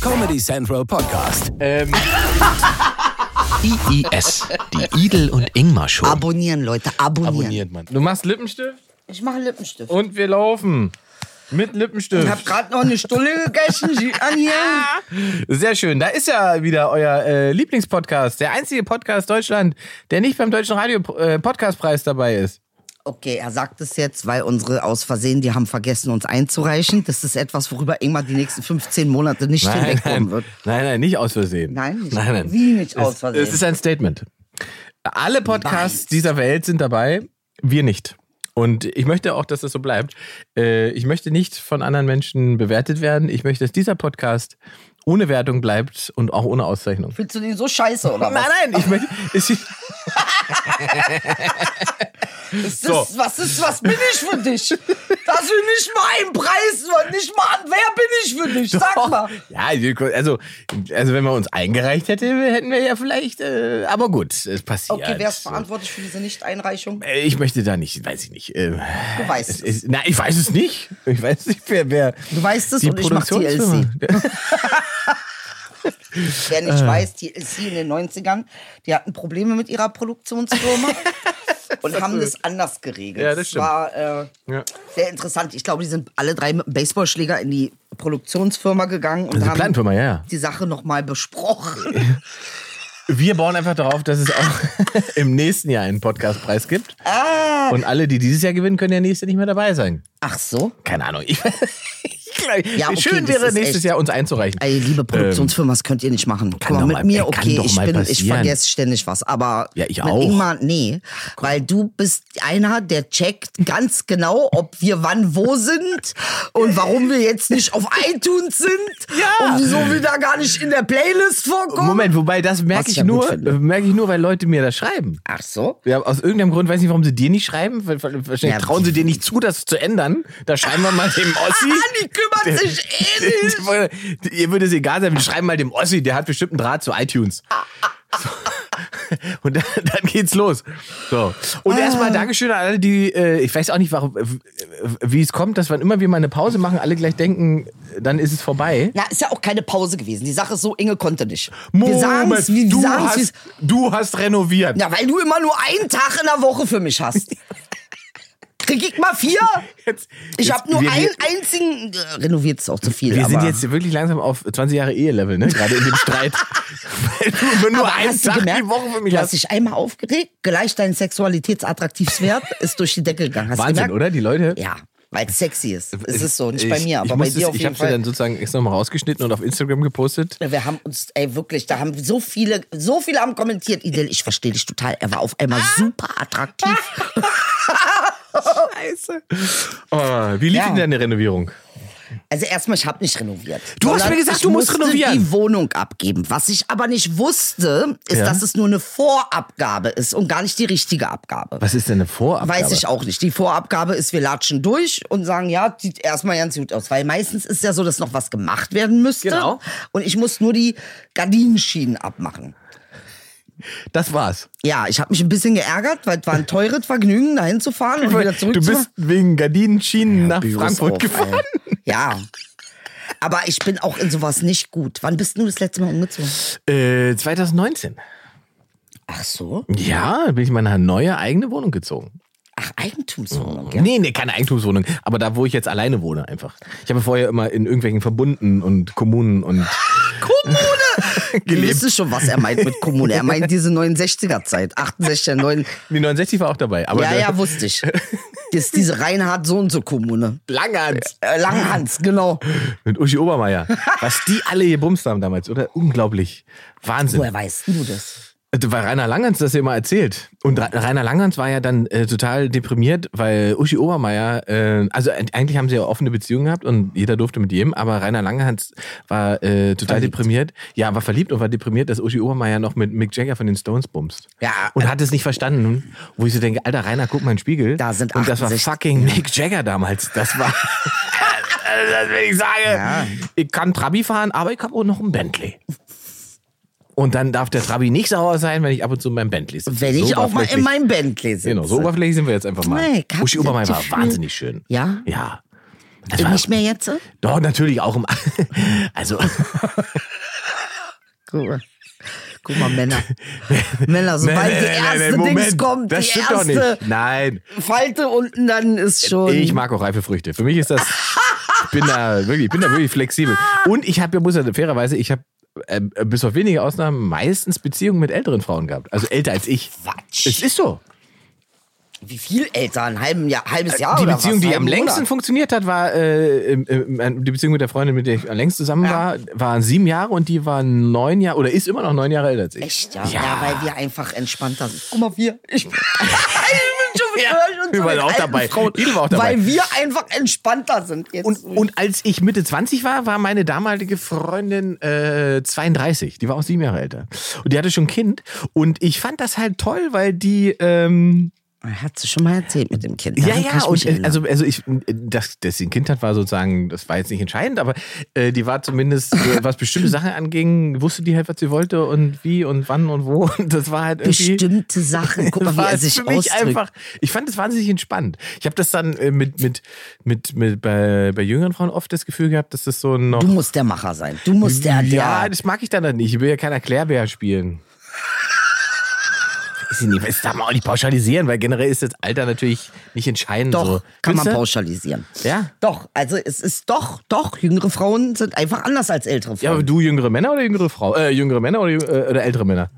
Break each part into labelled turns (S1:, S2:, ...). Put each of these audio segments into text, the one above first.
S1: Comedy Central Podcast.
S2: Ähm,
S3: IIS, die Idel und Ingmar Show.
S4: Abonnieren, Leute, abonnieren.
S2: abonniert man. Du machst Lippenstift
S4: Ich mache Lippenstift.
S2: und wir laufen. Mit Lippenstift.
S4: Ich habe gerade noch eine Stulle gegessen, sieht an hier.
S2: Sehr schön. Da ist ja wieder euer äh, Lieblingspodcast. Der einzige Podcast Deutschland, der nicht beim Deutschen Radio äh, Podcastpreis dabei ist.
S4: Okay, er sagt es jetzt, weil unsere aus Versehen, die haben vergessen, uns einzureichen. Das ist etwas, worüber Ingmar die nächsten 15 Monate nicht hinwegkommen
S2: nein, nein,
S4: wird.
S2: nein, nicht aus Versehen.
S4: Nein, nicht-
S2: nein, nein.
S4: wie nicht aus
S2: Es-
S4: Versehen?
S2: Es ist ein Statement. Alle Podcasts dieser Welt sind dabei, wir nicht. Und ich möchte auch, dass das so bleibt. Äh, Ich möchte nicht von anderen Menschen bewertet werden. Ich möchte, dass dieser Podcast ohne Wertung bleibt und auch ohne Auszeichnung.
S4: Findest du den so scheiße, oder
S2: Nein,
S4: was?
S2: nein, ich möchte. Ich,
S4: Ist das, was, ist, was bin ich für dich? Dass wir nicht mal einen Preis wollen, nicht mal an, wer bin ich für dich? Sag mal.
S2: Ja, also, also wenn man uns eingereicht hätte, hätten wir ja vielleicht, äh, aber gut, es passiert.
S4: Okay, wer ist verantwortlich für diese Nichteinreichung?
S2: Äh, Ich möchte da nicht, weiß ich nicht. ähm,
S4: Du weißt
S2: es
S4: es.
S2: ist, na, ich weiß es nicht. Ich weiß nicht, wer. wer
S4: Du weißt es und ich mach
S2: Produktionsfirma-
S4: Wer nicht
S2: Äh.
S4: weiß, die LC in den 90ern, die hatten Probleme mit ihrer Produktionsfirma und haben das anders geregelt.
S2: Ja, das stimmt.
S4: war äh,
S2: Ja.
S4: sehr interessant. Ich glaube, die sind alle drei mit dem Baseballschläger in die Produktionsfirma gegangen und
S2: Also
S4: haben
S2: Plattenfirma, ja, ja.
S4: die Sache nochmal besprochen.
S2: Wir bauen einfach darauf, dass es auch im nächsten Jahr einen Podcastpreis gibt.
S4: ah.
S2: Und alle, die dieses Jahr gewinnen, können ja nächstes Jahr nicht mehr dabei sein.
S4: Ach so.
S2: Keine Ahnung. Ich, ich glaub,
S4: Ja, okay,
S2: schön
S4: das
S2: wäre
S4: ist
S2: nächstes
S4: echt-
S2: Jahr uns einzureichen. Ähm,
S4: Ey, liebe Produktionsfirma, das könnt ihr nicht machen. Guck mal,
S2: doch
S4: mit
S2: mal-
S4: mir,
S2: ey, kann
S4: okay,
S2: doch
S4: ich
S2: mal
S4: bin, ich
S2: passieren.
S4: vergesse ständig was, aber
S2: Ja, ich
S4: mit
S2: auch.
S4: Ingmar, nee, weil du bist einer, der checkt ganz genau, ob wir wann wo sind und warum wir jetzt nicht auf iTunes sind
S2: Ja.
S4: und wieso wir da gar nicht in der Playlist vorkommen.
S2: Moment, wobei das merke
S4: Was ich
S2: ich,
S4: ja gut
S2: nur,
S4: finde.
S2: merke ich nur, weil Leute mir das schreiben.
S4: Ach so?
S2: Ja, aus irgendeinem Grund weiß ich nicht, warum sie dir nicht schreiben. Weil- weil- Wahrscheinlich
S4: Ja,
S2: trauen sie dir nicht zu, das zu ändern. Da schreiben wir mal dem Ossi.
S4: Anni kümmert sich eh nicht.
S2: Ihr würde es egal sein, wir schreiben mal dem Ossi, der hat bestimmt einen Draht zu iTunes.
S4: Ah,
S2: So. Und dann, dann geht's los. So. Und
S4: Ah.
S2: erstmal Dankeschön an alle, die, äh, ich weiß auch nicht, warum, äh, wie es kommt, dass wann immer wir mal eine Pause machen, alle gleich denken, dann ist es vorbei.
S4: Na, ist ja auch keine Pause gewesen. Die Sache ist so, Inge konnte nicht. wir sagen es, wie
S2: du,
S4: wir sagen's, wie's-
S2: hast, du hast renoviert.
S4: Ja, weil du immer nur einen Tag in der Woche für mich hast. Krieg ich mal vier?
S2: Jetzt-
S4: Ich
S2: jetzt-
S4: habe nur
S2: wir-
S4: einen einzigen. äh, Renoviert ist auch zu viel.
S2: Wir
S4: aber
S2: sind jetzt wirklich langsam auf 20 Jahre Ehelevel, ne? Gerade in dem Streit. Weil du immer nur
S4: Aber
S2: einen
S4: hast du
S2: Tag
S4: gemerkt,
S2: die Woche für mich
S4: Du hast
S2: hast.
S4: dich einmal aufgeregt, gleich dein Sexualitätsattraktivswert ist durch die Decke gegangen. Hast du
S2: Wahnsinn,
S4: gemerkt?
S2: oder? Die Leute.
S4: Ja, weil es sexy ist. Es ist so, nicht
S2: Ich-
S4: bei mir,
S2: ich
S4: aber bei
S2: muss
S4: dir
S2: das-
S4: auf
S2: Ich
S4: jeden
S2: habe sie
S4: Fall.
S2: dann sozusagen extra nochmal rausgeschnitten und auf Instagram gepostet.
S4: Wir haben uns, ey, wirklich, da haben so viele, so viele haben kommentiert, Idel, ich verstehe dich total. Er war auf einmal
S2: Ah!
S4: super attraktiv.
S2: Scheiße. Oh, wie lief
S4: Ja.
S2: denn deine Renovierung?
S4: Also erstmal, ich habe nicht renoviert.
S2: Du hast
S4: Sondern
S2: mir gesagt,
S4: ich
S2: du musst
S4: musste
S2: renovieren.
S4: die Wohnung abgeben. Was ich aber nicht wusste, ist,
S2: Ja.
S4: dass es nur eine Vorabgabe ist und gar nicht die richtige Abgabe.
S2: Was ist denn eine Vorabgabe?
S4: Weiß ich auch nicht. Die Vorabgabe ist, wir latschen durch und sagen, ja, sieht erstmal ganz gut aus. Weil meistens ist ja so, dass noch was gemacht werden müsste.
S2: Genau.
S4: Und ich muss nur die Gardinenschienen abmachen.
S2: Das war's.
S4: Ja, ich habe mich ein bisschen geärgert, weil es war ein teures Vergnügen, dahin zu fahren und wieder zurück
S2: Du bist wegen Gardinenschienen nach
S4: Büros
S2: Frankfurt
S4: auf,
S2: gefahren.
S4: Ey. Ja. Aber ich bin auch in sowas nicht gut. Wann bist du das letzte Mal umgezogen?
S2: Äh, 2019.
S4: Ach so?
S2: Ja, da bin ich in meine neue eigene Wohnung gezogen.
S4: Ach, Eigentumswohnung, ja.
S2: Nee, nee, keine Eigentumswohnung. Aber da, wo ich jetzt alleine wohne, einfach. Ich habe vorher immer in irgendwelchen Verbunden und Kommunen und
S4: Kommune! Du
S2: Gelebt.
S4: wüsstest schon, was er meint mit Kommune. Er meint diese 69er-Zeit, 68er, 9...
S2: die 69 war auch dabei. Aber
S4: Ja,
S2: der-
S4: ja, wusste ich. Das ist diese Reinhard-So-und-So-Kommune.
S2: Langhans.
S4: Äh, Langhans, genau.
S2: Mit Uschi Obermeier. Was die alle hier bumst haben damals, oder? Unglaublich. Wahnsinn.
S4: Woher weißt du das?
S2: Weil Rainer Langhans das ja immer erzählt. Und Ra- Rainer Langhans war ja dann äh, total deprimiert, weil Uschi Obermeier, äh, also e- eigentlich haben sie ja offene Beziehungen gehabt und jeder durfte mit jedem, aber Rainer Langhans war äh, total deprimiert. Ja, war verliebt und war deprimiert, dass Uschi Obermeier noch mit Mick Jagger von den Stones bumst.
S4: Ja,
S2: Und hat es nicht verstanden, wo ich so denke, alter Rainer, guck mal in den Spiegel.
S4: Da sind
S2: Und das war
S4: 68.
S2: fucking Mick Jagger damals. Das war, Also, das will ich sagen.
S4: Ja.
S2: Ich kann Trabi fahren, aber ich habe auch noch einen Bentley. Und dann darf der Trabi nicht sauer sein, wenn ich ab und zu in meinem Bentley sitze.
S4: Wenn ich
S2: so
S4: auch mal in
S2: oberflächlich-
S4: meinem Bentley sitze.
S2: Genau, so oberflächlich sind wir jetzt einfach mal.
S4: Nee, kannst
S2: Uschi
S4: du
S2: Obermeier war
S4: nicht.
S2: wahnsinnig schön.
S4: Ja?
S2: Ja. Das war-
S4: Nicht mehr jetzt?
S2: Doch, natürlich auch im. Also,
S4: Guck mal. Guck mal, Männer. Männer, sobald die erste Dings kommt,
S2: das
S4: die
S2: stimmt doch
S4: erste
S2: nicht. Nein,
S4: Falte unten, dann ist schon.
S2: Äh, ich mag auch reife Früchte. Für mich ist das. Ich bin da wirklich, ich bin da wirklich flexibel. Und ich habe ja, muss ja fairerweise, ich habe äh, bis auf wenige Ausnahmen meistens Beziehungen mit älteren Frauen gehabt. Also älter als ich.
S4: Quatsch.
S2: Es ist so.
S4: Wie viel älter? Ein halben Jahr, halbes Jahr
S2: Äh, Die
S4: oder
S2: Beziehung,
S4: was?
S2: die
S4: Halben
S2: am längsten
S4: Monat?
S2: funktioniert hat, war äh, ähm, ähm, die Beziehung mit der Freundin, mit der ich am längsten zusammen war, waren sieben Jahre und die war neun Jahre oder ist immer noch neun Jahre älter als ich.
S4: Echt, ja?
S2: Ja.
S4: ja. weil wir einfach entspannter sind. Guck mal, wir. Ich, ich bin schon wieder, hör ich uns
S2: wir
S4: zu
S2: waren
S4: den
S2: auch
S4: alten
S2: dabei.
S4: Frauen,
S2: Idel war auch dabei.
S4: Weil wir einfach entspannter sind jetzt.
S2: Und, und als ich Mitte 20 war, war meine damalige Freundin äh, 32. Die war auch sieben Jahre älter. Und die hatte schon ein Kind. Und ich fand das halt toll, weil die. Ähm,
S4: Hat sie schon mal erzählt mit dem Kind.
S2: ja,
S4: daran kann
S2: ja.
S4: ich mich
S2: Und, äh,
S4: erinnern.
S2: also, also ich, dass, dass sie ein Kind hat, war sozusagen, das war jetzt nicht entscheidend, aber äh, die war zumindest, äh, was bestimmte Sachen anging, wusste die halt, was sie wollte und wie und wann und wo. Und das war halt irgendwie.
S4: Bestimmte Sachen. Guck mal, wie
S2: war halt
S4: er sich
S2: für mich
S4: ausdrückt.
S2: einfach. Ich fand es wahnsinnig entspannt. Ich habe das dann äh, mit mit mit mit bei, bei jüngeren Frauen oft das Gefühl gehabt, dass das so noch
S4: Du musst der Macher sein. Du musst der, der.
S2: ja, das mag ich dann halt nicht. Ich will ja kein Erklärbär spielen. Weiß ich nicht, das darf man auch nicht pauschalisieren, weil generell ist das Alter natürlich nicht entscheidend.
S4: Doch,
S2: so.
S4: kann man
S2: Findest du?
S4: pauschalisieren.
S2: Ja?
S4: Doch, also es ist doch, doch, jüngere Frauen sind einfach anders als ältere
S2: Ja, aber
S4: Frauen.
S2: du jüngere Männer oder jüngere Frau? Äh, jüngere Männer oder, jüng- äh, oder ältere Männer?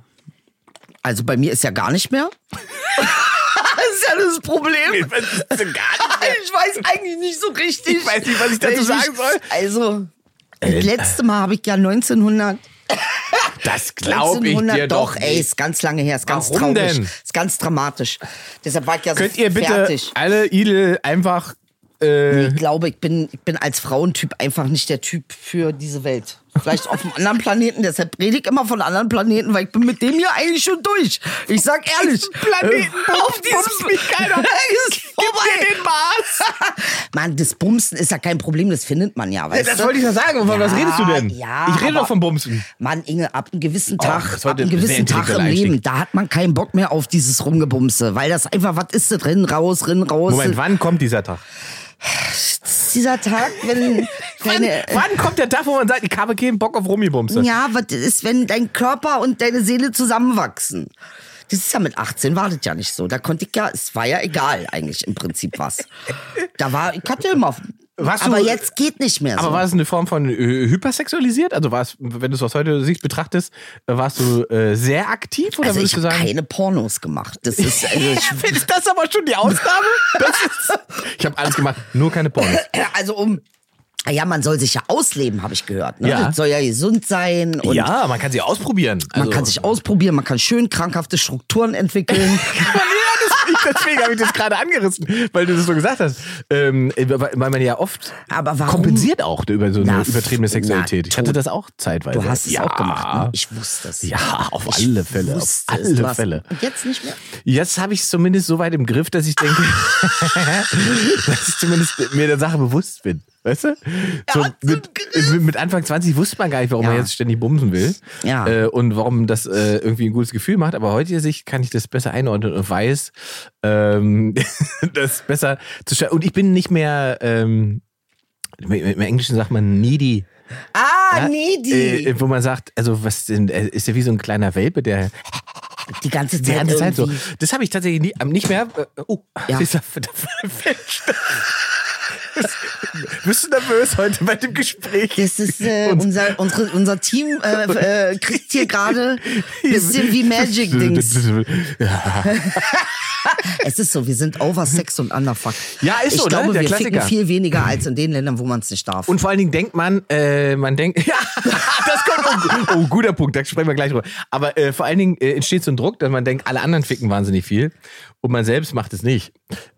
S4: also bei mir ist ja gar nicht mehr. das ist ja das Problem. Ich weiß eigentlich nicht so richtig.
S2: Ich weiß nicht, was ich dazu
S4: Wenn
S2: sagen soll. Äh.
S4: Also, das letzte Mal habe ich ja 1900.
S2: Das glaube ich dir doch.
S4: doch, ey, ist ganz lange her, ist ganz
S2: Warum
S4: traurig,
S2: denn?
S4: ist ganz dramatisch. Deshalb war ich ja so
S2: Könnt ihr bitte
S4: fertig.
S2: alle Idel einfach. Äh,
S4: Ich glaube, ich bin, ich bin als Frauentyp einfach nicht der Typ für diese Welt. Vielleicht auf einem anderen Planeten, deshalb rede ich immer von anderen Planeten, weil ich bin mit dem hier eigentlich schon durch. Ich sag ehrlich. Äh,
S2: Planeten
S4: auf diesem mich keiner. ist vorbei.
S2: den Mars.
S4: Mann, das Bumsen ist ja kein Problem, das findet man ja, weißt
S2: das
S4: du?
S2: wollte ich ja sagen. Von was
S4: Ja,
S2: redest du denn?
S4: ja,
S2: ich rede
S4: aber-
S2: doch vom Bumsen.
S4: Mann, Inge, ab einem gewissen
S2: Oh,
S4: Tag,
S2: das war
S4: ab einem
S2: der- sehr
S4: gewissen Tag im
S2: intellektuelle
S4: Leben,
S2: Einstieg.
S4: da hat man keinen Bock mehr auf dieses Rumgebumse, weil das einfach, was ist das? Rinn, raus, rinn, raus.
S2: Moment, wann kommt dieser Tag?
S4: Das ist dieser Tag, wenn
S2: Wann,
S4: deine,
S2: wann kommt der Tag, wo man sagt, ich habe keinen Bock auf Rummibumse?
S4: Ja, was ist, wenn dein Körper und deine Seele zusammenwachsen? Das ist ja mit 18, war das ja nicht so. Da konnte ich ja, es war ja egal eigentlich im Prinzip was. Da war, ich hatte immer.
S2: Warst du-
S4: aber jetzt geht nicht mehr so.
S2: Aber war es eine Form von äh, hypersexualisiert? Also war es, wenn du es aus heutiger Sicht betrachtest, äh, warst du äh, sehr aktiv oder
S4: also
S2: würdest
S4: ich
S2: du
S4: habe
S2: sagen? äh,
S4: keine Pornos gemacht. Das ist, also ich,
S2: Ist das aber schon die Ausnahme? Das ist, ich habe alles gemacht, nur keine Pornos.
S4: also um, ja, man soll sich ja ausleben, habe ich gehört. Ne?
S2: Ja.
S4: Das soll ja gesund sein und
S2: ja, also man kann sie ausprobieren.
S4: man kann sich ausprobieren, man kann schön krankhafte Strukturen entwickeln.
S2: Ja, das, ich, deswegen habe ich das gerade angerissen, weil du das so gesagt hast. Ähm, weil weil man ja oft
S4: Aber warum-
S2: kompensiert auch über so eine
S4: Na,
S2: übertriebene
S4: na,
S2: Sexualität. Ich hatte das auch zeitweise.
S4: Du hast es
S2: ja.
S4: auch gemacht. Ne? Ich wusste es.
S2: Ja, auf
S4: Ich
S2: alle Fälle. Auf
S4: wusste es. Du
S2: alle
S4: hast-
S2: Fälle.
S4: Und jetzt nicht mehr.
S2: Jetzt habe ich es zumindest so weit im Griff, dass ich denke, dass ich zumindest mir der Sache bewusst bin. Weißt du? So
S4: hat's im
S2: mit, mit- mit Anfang 20 wusste man gar nicht, warum
S4: Ja.
S2: man jetzt ständig bumsen will.
S4: Ja.
S2: Äh, und warum das äh, irgendwie ein gutes Gefühl macht. Aber heute sich kann ich das besser einordnen und weiß, ähm, das besser zu scha- Und ich bin nicht mehr, ähm, im im Englischen sagt man needy.
S4: Ah, nee, die.
S2: Äh, wo man sagt, also was denn, äh, ist ja wie so ein kleiner Welpe, der
S4: die ganze Zeit.
S2: die ganze Zeit so.
S4: irgendwie.
S2: Das habe ich tatsächlich nie, ähm, nicht mehr. Äh, oh,
S4: Ja.
S2: dieser Mensch. Bist du nervös heute bei dem Gespräch?
S4: Das ist äh,
S2: Und-
S4: unser, unsere, unser Team äh, äh, kriegt hier gerade ein bisschen wie Magic Dings. Es ist so, wir sind over Sex und underfuck.
S2: Ja, ist
S4: ich
S2: so, ne?
S4: glaube,
S2: Der
S4: wir
S2: Klassiker.
S4: ficken viel weniger als in den Ländern, wo man es nicht darf.
S2: Und vor allen Dingen denkt man, äh, man denkt, ja, das kommt, oh, oh, guter Punkt, da sprechen wir gleich drüber. Aber äh, vor allen Dingen äh, entsteht so ein Druck, dass man denkt, alle anderen ficken wahnsinnig viel und man selbst macht es nicht.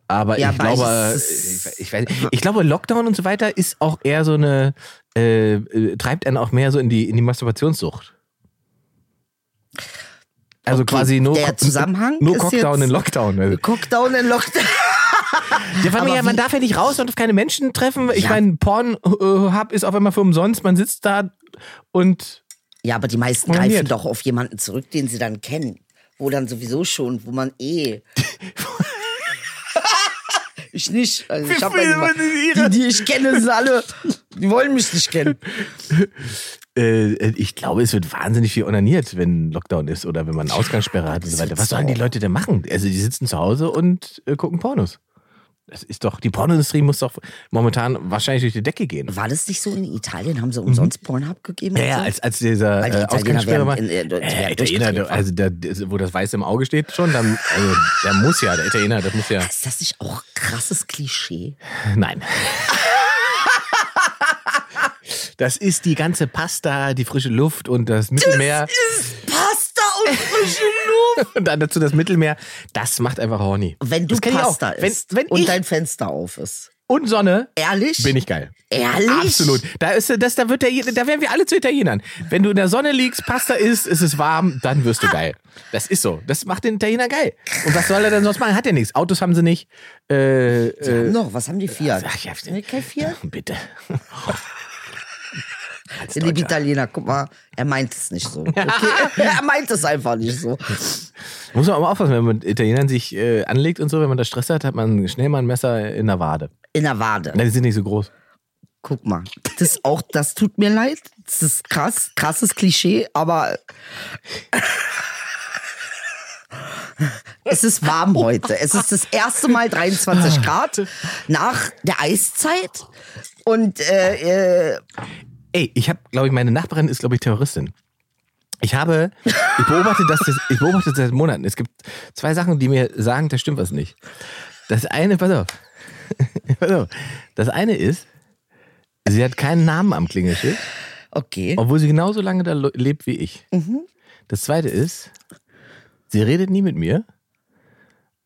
S2: Aber
S4: Ja,
S2: ich
S4: aber
S2: glaube,
S4: es
S2: ich, ich, weiß, ich glaube, Lockdown und so weiter ist auch eher so eine, äh, äh, treibt einen auch mehr so in die, in die Masturbationssucht. Also
S4: Okay,
S2: quasi no,
S4: der Zusammenhang
S2: no
S4: ist
S2: Cockdown
S4: jetzt-
S2: in Lockdown. Also.
S4: Cockdown in Lockdown.
S2: Ja, weil man,
S4: Aber
S2: ja, man
S4: wie-
S2: darf ja nicht raus und auf keine Menschen treffen. Ich
S4: Ja.
S2: meine, Pornhub ist auf einmal für umsonst. Man sitzt da und
S4: Ja, aber die meisten
S2: Maniert.
S4: greifen doch auf jemanden zurück, den sie dann kennen. Wo dann sowieso schon, wo man eh. Ich nicht. Also
S2: Wie
S4: ich hab
S2: viele
S4: einfach-
S2: sind ihre?
S4: die, die ich kenne, sind alle, die wollen mich nicht kennen.
S2: Äh, ich glaube, es wird wahnsinnig viel onaniert, wenn Lockdown ist oder wenn man Ausgangssperre hat und so weiter. Was sollen die Leute denn machen? Also die sitzen zu Hause und äh, gucken Pornos. Das ist doch, die Pornoindustrie muss doch momentan wahrscheinlich durch die Decke gehen.
S4: War das nicht so in Italien? Haben sie umsonst Pornhub gegeben?
S2: Mhm. Ja, ja,
S4: und so?
S2: als, als dieser
S4: Weil die
S2: äh,
S4: Italiener
S2: Ausgangssperre
S4: werden
S2: war.
S4: in- in- die
S2: äh,
S4: werden
S2: Italiener,
S4: durchgedreht,
S2: also da, wo das Weiß im Auge steht schon, dann, also, der muss ja, der Italiener, das muss ja.
S4: Ist das nicht auch krasses Klischee?
S2: Nein. Das ist die ganze Pasta, die frische Luft und das Mittelmeer
S4: Ist Pasta und frische Luft.
S2: und dann dazu das Mittelmeer. Das macht einfach horny.
S4: Wenn du
S2: das kenn ich
S4: Pasta
S2: auch. Wenn,
S4: isst
S2: wenn
S4: und
S2: ich
S4: dein Fenster auf ist.
S2: und Sonne
S4: Ehrlich?
S2: bin ich geil.
S4: Ehrlich?
S2: Absolut. Da ist das, da wird der, da werden wir alle zu Italienern. Wenn du in der Sonne liegst, Pasta isst, ist es warm, dann wirst du geil. Das ist so. Das macht den Italiener geil. Und was soll er denn sonst machen? Hat er nichts. Autos haben sie nicht. Äh, äh,
S4: Haben noch, was haben die Fiat?
S2: ach ja,
S4: Haben die kein Fiat?
S2: bitte.
S4: Der liebe Italiener, guck mal, er meint es nicht so. Okay? er meint es einfach nicht so.
S2: Muss man aber aufpassen, wenn man mit Italienern sich äh, anlegt und so, wenn man da Stress hat, hat man schnell mal ein Messer in der Wade.
S4: In der Wade.
S2: Nein, die sind nicht so groß.
S4: Guck mal, das auch, das tut mir leid. Das ist krass, krasses Klischee, aber es ist warm heute. Es ist das erste Mal 23 Grad nach der Eiszeit und äh, äh,
S2: Ey, ich habe, glaube ich, meine Nachbarin ist, glaube ich, Terroristin. Ich habe, ich beobachte das, jetzt- ich beobachte das seit Monaten. Es gibt zwei Sachen, die mir sagen, da stimmt was nicht. Das eine, pass auf, pass auf. Das eine ist, sie hat keinen Namen am Klingelschild,
S4: okay,
S2: obwohl sie genauso lange da lo- lebt wie ich.
S4: Mhm.
S2: Das zweite ist, sie redet nie mit mir,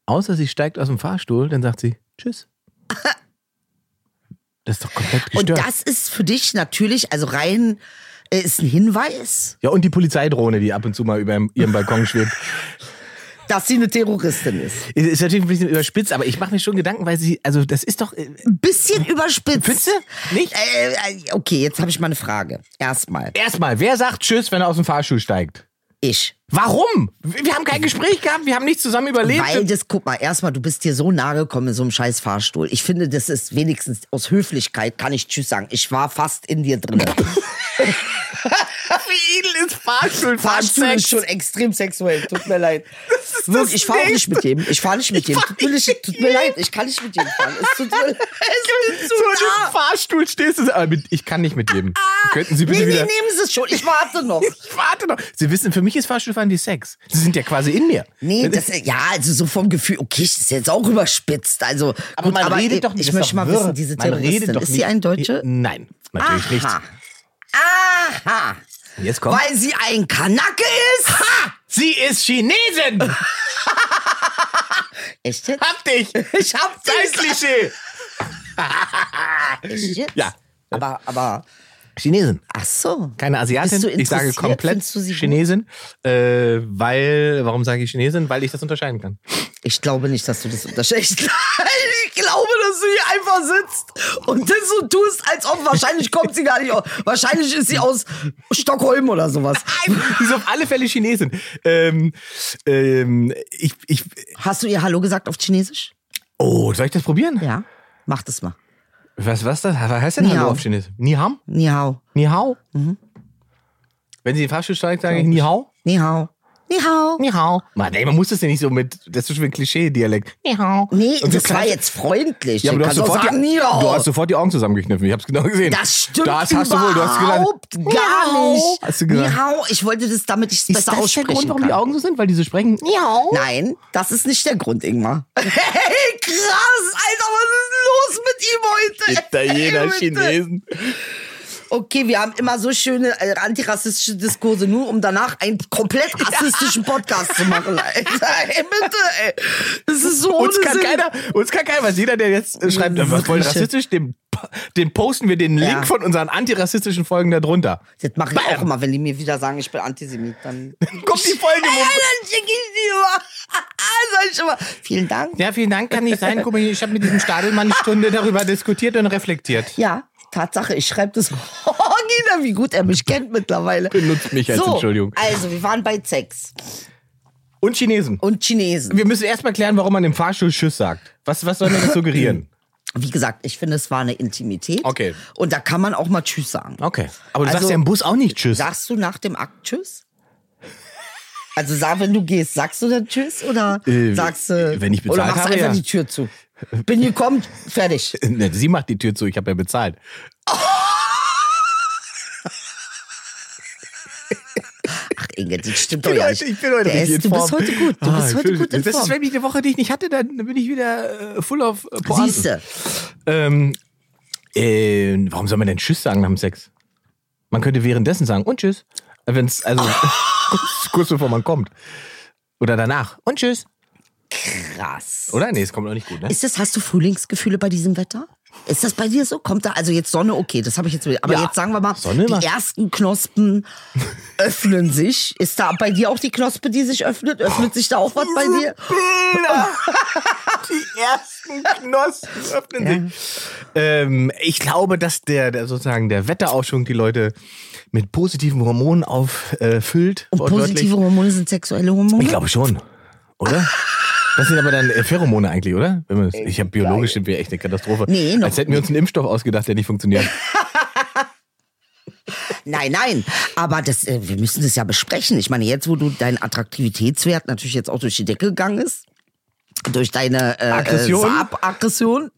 S2: außer sie steigt aus dem Fahrstuhl, dann sagt sie Tschüss. Das ist doch komplett
S4: Und
S2: gestört.
S4: das ist für dich natürlich, also rein äh, ist ein Hinweis,
S2: Ja, und die Polizeidrohne, die ab und zu mal über ihrem Balkon schwebt.
S4: dass sie eine Terroristin ist.
S2: Ist, ist natürlich ein bisschen überspitzt, aber ich mache mir schon Gedanken, weil sie, also das ist doch. äh,
S4: Ein bisschen überspitzt.
S2: Findest du? Nicht?
S4: Äh, äh, okay, jetzt habe ich mal eine Frage. Erstmal,
S2: Erstmal, wer sagt Tschüss, wenn er aus dem Fahrstuhl steigt?
S4: ich.
S2: Warum? Wir wir haben kein Gespräch gehabt, wir haben nicht zusammen überlebt.
S4: Weil das, guck mal, erstmal, du bist dir so nahe gekommen in so einem scheiß Fahrstuhl. Ich finde, das ist wenigstens aus Höflichkeit, kann ich Tschüss sagen. Ich war fast in dir drin.
S2: Wie edel ist Fahrstuhl?
S4: Fahrstuhl ist schon extrem sexuell, tut mir leid. Wirklich, ich fahre auch nicht mit dem. Ich fahre nicht mit dem.
S2: fahr
S4: Tut mir,
S2: nicht
S4: leid, tut mir leid, ich kann nicht mit dem fahren. Es tut mir leid. Es ist zu
S2: So
S4: nah.
S2: im Fahrstuhl stehst du. Aber mit- ich kann nicht mit jedem. Könnten Sie bitte
S4: Nee, nee,
S2: wieder.
S4: nehmen Sie es schon. Ich warte noch.
S2: Ich warte noch. Sie wissen, für mich ist Fahrstuhlfahren die Sex. Sie sind ja quasi in mir.
S4: Nee, das, ja, also so vom Gefühl, okay, das ist jetzt auch überspitzt. Also,
S2: Aber man redet doch nicht.
S4: Ich
S2: das ist
S4: möchte
S2: doch
S4: mal
S2: wirr.
S4: wissen, diese
S2: Man redet
S4: Terroristin,
S2: doch
S4: ist
S2: nicht. Äh,
S4: sie ein Deutsche?
S2: Nein, natürlich
S4: Aha.
S2: nicht.
S4: Aha.
S2: Jetzt kommt.
S4: Weil sie ein Kanacke ist?
S2: Ha! Sie ist Chinesin!
S4: Echt jetzt?
S2: Hab dich!
S4: Ich hab
S2: Dein
S4: dich.
S2: Klischee!
S4: Echt jetzt?
S2: Ja.
S4: Aber, aber,
S2: Chinesin.
S4: ach so.
S2: Keine Asiatin.
S4: Bist du
S2: Ich sage
S4: interessiert?
S2: komplett
S4: Findest du sie gut?
S2: Chinesin. Äh, weil, warum sage ich Chinesin? Weil ich das unterscheiden kann.
S4: Ich glaube nicht, dass du das unterschätzt. Ich glaube, dass du hier einfach sitzt und das so tust, als ob wahrscheinlich kommt sie gar nicht aus. Wahrscheinlich ist sie aus Stockholm oder sowas.
S2: Sie ist auf alle Fälle Chinesin. Ähm, ähm, ich, ich,
S4: Hast du ihr Hallo gesagt auf Chinesisch?
S2: oh, soll ich das probieren?
S4: Ja. Mach das mal.
S2: Was, was, das, was heißt denn
S4: Ni
S2: Hallo
S4: hao.
S2: auf Chinesisch? Ni ham?
S4: Ni hao.
S2: Ni hao? Wenn sie in den Fahrstuhl steigt, sage Mhm. ich Ni hao?
S4: Ni hao. Ni hao.
S2: Ni hao. Man, ey, man muss das ja nicht so mit, das ist schon ein Klischee-Dialekt. Ni hao.
S4: Nee,
S2: Und du
S4: das war
S2: kannst-
S4: jetzt freundlich.
S2: Ja, aber du hast,
S4: Kannst auch
S2: sofort
S4: sagen,
S2: die,
S4: Ni hao.
S2: du hast sofort die Augen zusammengekniffen. Ich hab's genau gesehen.
S4: Das stimmt
S2: Das hast du wohl. Du hast gelernt.
S4: überhaupt gar nicht.
S2: Hast du gesagt.
S4: Nihau, ich wollte das, damit ich es besser aussprechen kann.
S2: so sind? Weil die so sprechen? Miau.
S4: Nein, das ist nicht der Grund, Ingmar. Hey, krass, Alter, was ist los mit ihm heute?
S2: Italiener,
S4: Ey, bitte.
S2: Chinesen.
S4: Okay, wir haben immer so schöne äh, antirassistische Diskurse, nur um danach einen komplett rassistischen Podcast zu machen. Alter, ey, bitte, ey. Das ist so
S2: Uns
S4: ohne
S2: kann
S4: Sinn.
S2: keiner, uns kann keiner, was jeder, der jetzt äh, schreibt, äh, was wollen rassistisch, dem, dem posten wir den Link
S4: Ja.
S2: von unseren antirassistischen Folgen da drunter.
S4: Das mache ich
S2: Bam.
S4: auch immer, wenn die mir wieder sagen, ich bin Antisemit, dann...
S2: Guck die Folge,
S4: Ja,
S2: wo...
S4: dann schicke ich die immer. Sag ich immer. Vielen Dank.
S2: Ja, vielen Dank, kann nicht sein. Guck mal, ich habe mit diesem Stadelmann eine Stunde darüber diskutiert und reflektiert.
S4: Ja, Tatsache, ich schreibe das original, wie gut er mich kennt mittlerweile.
S2: Benutzt mich als
S4: so,
S2: Entschuldigung.
S4: Also, wir waren bei Sex.
S2: Und Chinesen.
S4: Und Chinesen.
S2: Wir müssen erstmal klären, warum man im Fahrstuhl Tschüss sagt. Was, was soll mir das suggerieren?
S4: Wie gesagt, ich finde, es war eine Intimität.
S2: Okay.
S4: Und da kann man auch mal Tschüss sagen.
S2: Okay. Aber du sagst
S4: Also-
S2: ja im Bus auch nicht Tschüss.
S4: Sagst du nach dem Akt Tschüss? Also sag, wenn du gehst, sagst du dann Tschüss oder
S2: Äh,
S4: sagst du
S2: wenn ich bezahlt
S4: oder machst
S2: habe,
S4: einfach
S2: ja.
S4: die Tür zu? Bin gekommen, fertig.
S2: Ne, Sie macht die Tür zu, ich habe ja bezahlt.
S4: Ach Inge, das stimmt
S2: Ich
S4: doch
S2: bin
S4: ja
S2: heute-
S4: nicht.
S2: ich bin heute
S4: Der
S2: nicht
S4: ist,
S2: in
S4: du bist
S2: Form.
S4: heute gut, du
S2: Ah,
S4: bist
S2: ich
S4: heute
S2: bin-
S4: gut in
S2: Das ist,
S4: Form.
S2: wenn ich eine Woche, die ich nicht hatte, dann bin ich wieder äh, full of äh, Pointen.
S4: Siehste,
S2: Ähm, äh, warum soll man denn Tschüss sagen nach dem Sex? Man könnte währenddessen sagen und Tschüss. Wenn's, also kurz, kurz bevor man kommt. Oder danach. Und tschüss.
S4: krass.
S2: Oder? Nee, es kommt auch nicht gut, ne?
S4: Ist das, hast du Frühlingsgefühle bei diesem Wetter? Ist das bei dir so? Kommt da, also jetzt Sonne, okay, das habe ich jetzt, mit- aber
S2: Ja,
S4: jetzt sagen wir mal,
S2: Sonne war-
S4: die ersten Knospen öffnen sich. Ist da bei dir auch die Knospe, die sich öffnet? Öffnet sich da auch was bei dir?
S2: Die ersten Knospen öffnen sich. Ähm, ich glaube, dass der, der sozusagen der Wetteraufschwung die Leute mit positiven Hormonen auffüllt. Äh, füllt,
S4: Und
S2: wortwörtlich.
S4: positive Hormone sind sexuelle Hormone?
S2: Ich glaube schon, oder? Das sind aber dann äh, Pheromone eigentlich, oder? Wenn man, ich habe biologisch sind wir echt eine Katastrophe.
S4: Nee, noch
S2: Als hätten wir uns einen Impfstoff ausgedacht, der nicht funktioniert.
S4: Nein, nein. Aber das, äh, wir müssen das ja besprechen. Ich meine, jetzt, wo du dein Attraktivitätswert natürlich jetzt auch durch die Decke gegangen ist, durch deine äh,
S2: Aggression?
S4: Äh, Saab-Aggression.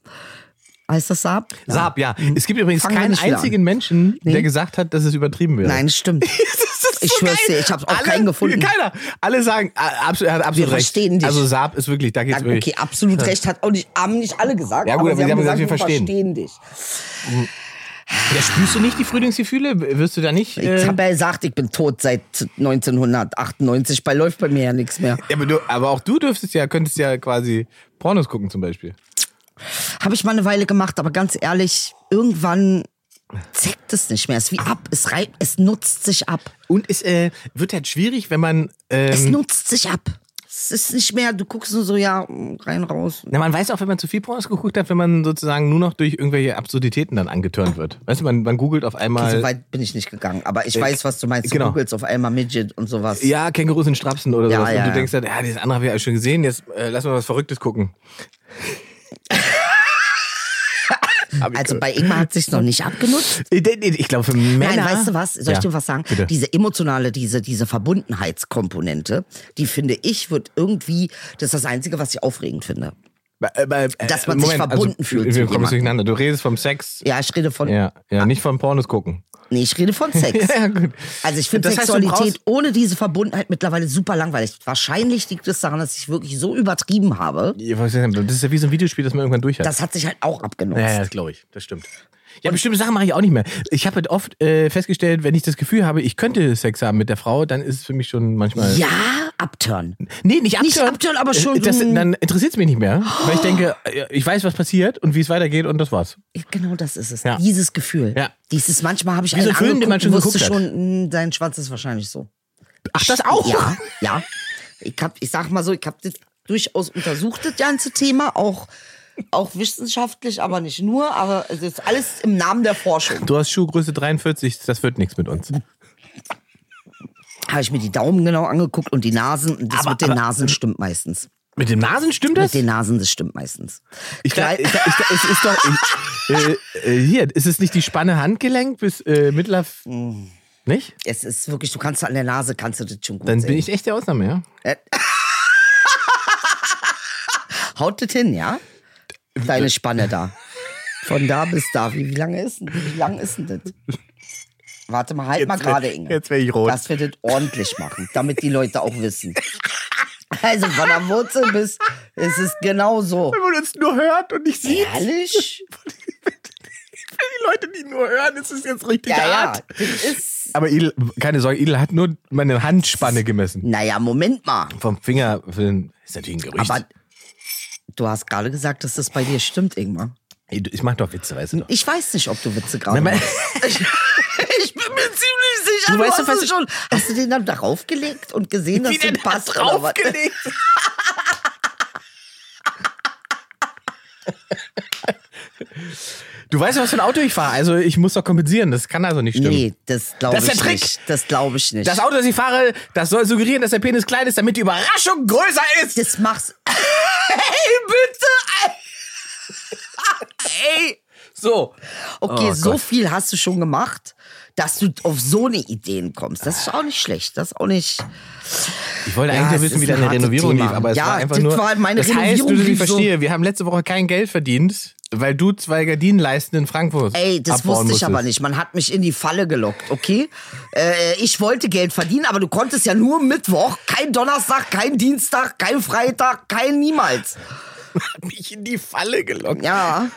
S4: Heißt das Saab? Ja.
S2: Saab, ja. Es gibt übrigens
S4: Hm. Fangen wir
S2: keinen
S4: nicht wieder
S2: einzigen Menschen, der gesagt hat, dass es übertrieben wäre.
S4: Nein, stimmt. Ich schwör's dir, ich hab's auch keinen gefunden.
S2: Keiner. Alle sagen, ah, absolut, er hat absolut
S4: Wir
S2: recht.
S4: verstehen dich.
S2: Also Saab ist wirklich, da geht's
S4: Ja,
S2: wirklich.
S4: okay, absolut recht. Hat auch nicht, haben nicht alle gesagt.
S2: Ja, gut, aber
S4: aber
S2: sie
S4: sie
S2: haben gesagt,
S4: gesagt,
S2: wir verstehen.
S4: dich.
S2: Ja, spürst du nicht die Frühlingsgefühle? Wirst du da nicht? Äh,
S4: Ich habe ja gesagt, ich bin tot seit 1998. Bei läuft bei mir ja nichts mehr.
S2: ja, aber, du, aber auch du dürftest ja, könntest ja quasi Pornos gucken zum Beispiel.
S4: Habe ich mal eine Weile gemacht, aber ganz ehrlich, irgendwann zeckt es nicht mehr. Es ist wie ab, es reibt, es nutzt sich ab.
S2: Und es äh, wird halt schwierig, wenn man.
S4: Es
S2: Ähm,
S4: nutzt sich ab. Es ist nicht mehr, du guckst nur so, ja, rein, raus.
S2: na, man weiß auch, wenn man zu viel Pornos geguckt hat, wenn man sozusagen nur noch durch irgendwelche Absurditäten dann angetörnt wird. Weißt du, man, man googelt auf einmal.
S4: So weit bin ich nicht gegangen, aber ich weiß, was du meinst. Du
S2: genau.
S4: googelst auf einmal Midget und sowas.
S2: ja, Kängurus in Strapsen oder
S4: Ja,
S2: sowas.
S4: ja,
S2: und du
S4: ja.
S2: denkst dann, ja, dieses andere habe ich ja schon gesehen, jetzt äh, lass mal was Verrücktes gucken. Hab ich
S4: Also
S2: gehört.
S4: bei Ingmar hat sich's noch nicht abgenutzt.
S2: ich, Äh, ich glaube, für äh, Männer.
S4: Nein, weißt du was? Soll ich
S2: Ja,
S4: dir was sagen?
S2: Bitte.
S4: Diese emotionale, diese, diese Verbundenheitskomponente, die finde ich, wird irgendwie, das ist das Einzige, was ich aufregend finde.
S2: Bei- äh, bei-
S4: Dass
S2: äh,
S4: man sich verbunden fühlt zu
S2: Wir kommen jetzt durcheinander.
S4: jemandem. Ah.
S2: Du redest vom Sex.
S4: Ja, ich rede von,
S2: Ja, ja, nicht von Pornos gucken.
S4: nee, ich rede von Sex.
S2: gut.
S4: Also ich finde
S2: Das heißt, du
S4: Sexualität
S2: brauchst-
S4: ohne diese Verbundenheit mittlerweile super langweilig. Wahrscheinlich liegt es daran, dass ich wirklich so übertrieben habe.
S2: Ja, was ist denn- Das ist ja wie so ein Videospiel, das man irgendwann durch hat.
S4: Das hat sich halt auch abgenutzt.
S2: ja, ja, das glaube ich. Das stimmt. Ja, bestimmte Sachen mache ich auch nicht mehr. Ich habe halt oft äh, festgestellt, wenn ich das Gefühl habe, ich könnte Sex haben mit der Frau, dann ist es für mich schon manchmal.
S4: Ja, abturn.
S2: Nee, nicht
S4: Nicht
S2: abtören.
S4: abtören, aber schon
S2: Äh, Das,
S4: so ein-
S2: dann interessiert es mich nicht mehr, weil ich denke, äh, ich weiß, was passiert und wie es weitergeht und das war's.
S4: Genau das ist es.
S2: Ja.
S4: Dieses Gefühl.
S2: Ja.
S4: Dieses manchmal habe ich
S2: so
S4: einen
S2: ein Film, den man schon
S4: angeguckt und wusste
S2: geguckt hat.
S4: schon, mh, dein Schwanz ist wahrscheinlich so.
S2: Ach, das auch?
S4: Ja, ja. Ich hab, ich sag mal so, ich habe das durchaus untersucht, das ganze Thema, auch, auch wissenschaftlich, aber nicht nur, aber es ist alles im Namen der Forschung.
S2: Du hast Schuhgröße 43, das wird nichts mit uns.
S4: Habe ich mir die Daumen genau angeguckt und die Nasen. Und das
S2: Aber-
S4: mit den
S2: aber-
S4: Nasen stimmt meistens.
S2: Mit dem Nasen stimmt das?
S4: Mit den Nasen, das stimmt meistens.
S2: Ich glaub,
S4: Kleid-
S2: ich, glaub, ich, glaub, es ist doch. Ich, äh, äh, hier, ist es nicht die Spanne Handgelenk bis äh, Mittler. Nicht?
S4: Es ist wirklich, du kannst an der Nase, kannst du das schon gut
S2: Dann
S4: sehen.
S2: bin ich echt die Ausnahme, ja?
S4: Haut das hin, ja? Deine Spanne da. Von da bis da. Wie, wie lange ist denn Wie lang ist denn das? Warte mal, halt mal
S2: Jetzt wär-
S4: gerade, Inge.
S2: jetzt wär ich rot.
S4: Dass wir das ordentlich machen, damit die Leute auch wissen. Also von der Wurzel bis ist es genau so.
S2: Wenn man uns nur hört und nicht sieht,
S4: Ehrlich?
S2: die Leute, die nur hören, ist es jetzt richtig
S4: Ja, ja.
S2: hart.
S4: Das ist.
S2: Aber Idel, keine Sorge, Idel hat nur meine Handspanne gemessen.
S4: Naja, Moment mal.
S2: Vom Finger für den, ist natürlich ein Gerücht.
S4: Aber du hast gerade gesagt, dass das bei dir stimmt, Ingmar.
S2: Ey, du- ich mach doch Witze, weißt du doch.
S4: Ich weiß nicht, ob du Witze gerade
S2: Nein,
S4: machst.
S2: mein-
S4: Ich, ich bin mir ziemlich sicher, du,
S2: weißt
S4: weißt
S2: doch,
S4: hast
S2: was
S4: es
S2: ich-
S4: schon. Hast du den dann darauf gelegt und gesehen, dass
S2: denn
S4: du
S2: da
S4: passt oder was?
S2: Du weißt ja, was für ein Auto ich fahre. Also ich muss doch kompensieren. Das kann also nicht stimmen.
S4: Nee, das glaube
S2: Das ist
S4: ich
S2: der Trick.
S4: nicht. Das glaube ich nicht.
S2: Das Auto, das ich fahre, das soll suggerieren, dass der Penis klein ist, damit die Überraschung größer ist.
S4: das machst
S2: Hey, bitte! Ey! So.
S4: Okay,
S2: Oh
S4: so
S2: Gott.
S4: viel hast du schon gemacht, dass du auf so eine Ideen kommst. Das
S2: Ah.
S4: ist auch nicht schlecht. Das ist auch nicht.
S2: Ich wollte
S4: Ja,
S2: eigentlich nur
S4: es
S2: wissen,
S4: ist
S2: wie deine
S4: ein hartes
S2: Renovierung
S4: Thema.
S2: lief, aber es
S4: Ja,
S2: war einfach
S4: das
S2: nur.
S4: war meine
S2: das heißt,
S4: Renovierung
S2: du, du
S4: lief so-
S2: verstehe, wir haben letzte Woche kein Geld verdient, weil du zwei Gardinenleisten in Frankfurt.
S4: Ey, das
S2: abbauen
S4: wusste ich aber
S2: musstest.
S4: nicht. Man hat mich in die Falle gelockt, okay? Äh, ich wollte Geld verdienen, aber du konntest ja nur Mittwoch, kein Donnerstag, kein Dienstag, kein Freitag, kein niemals.
S2: Mich in die Falle gelockt.
S4: Ja.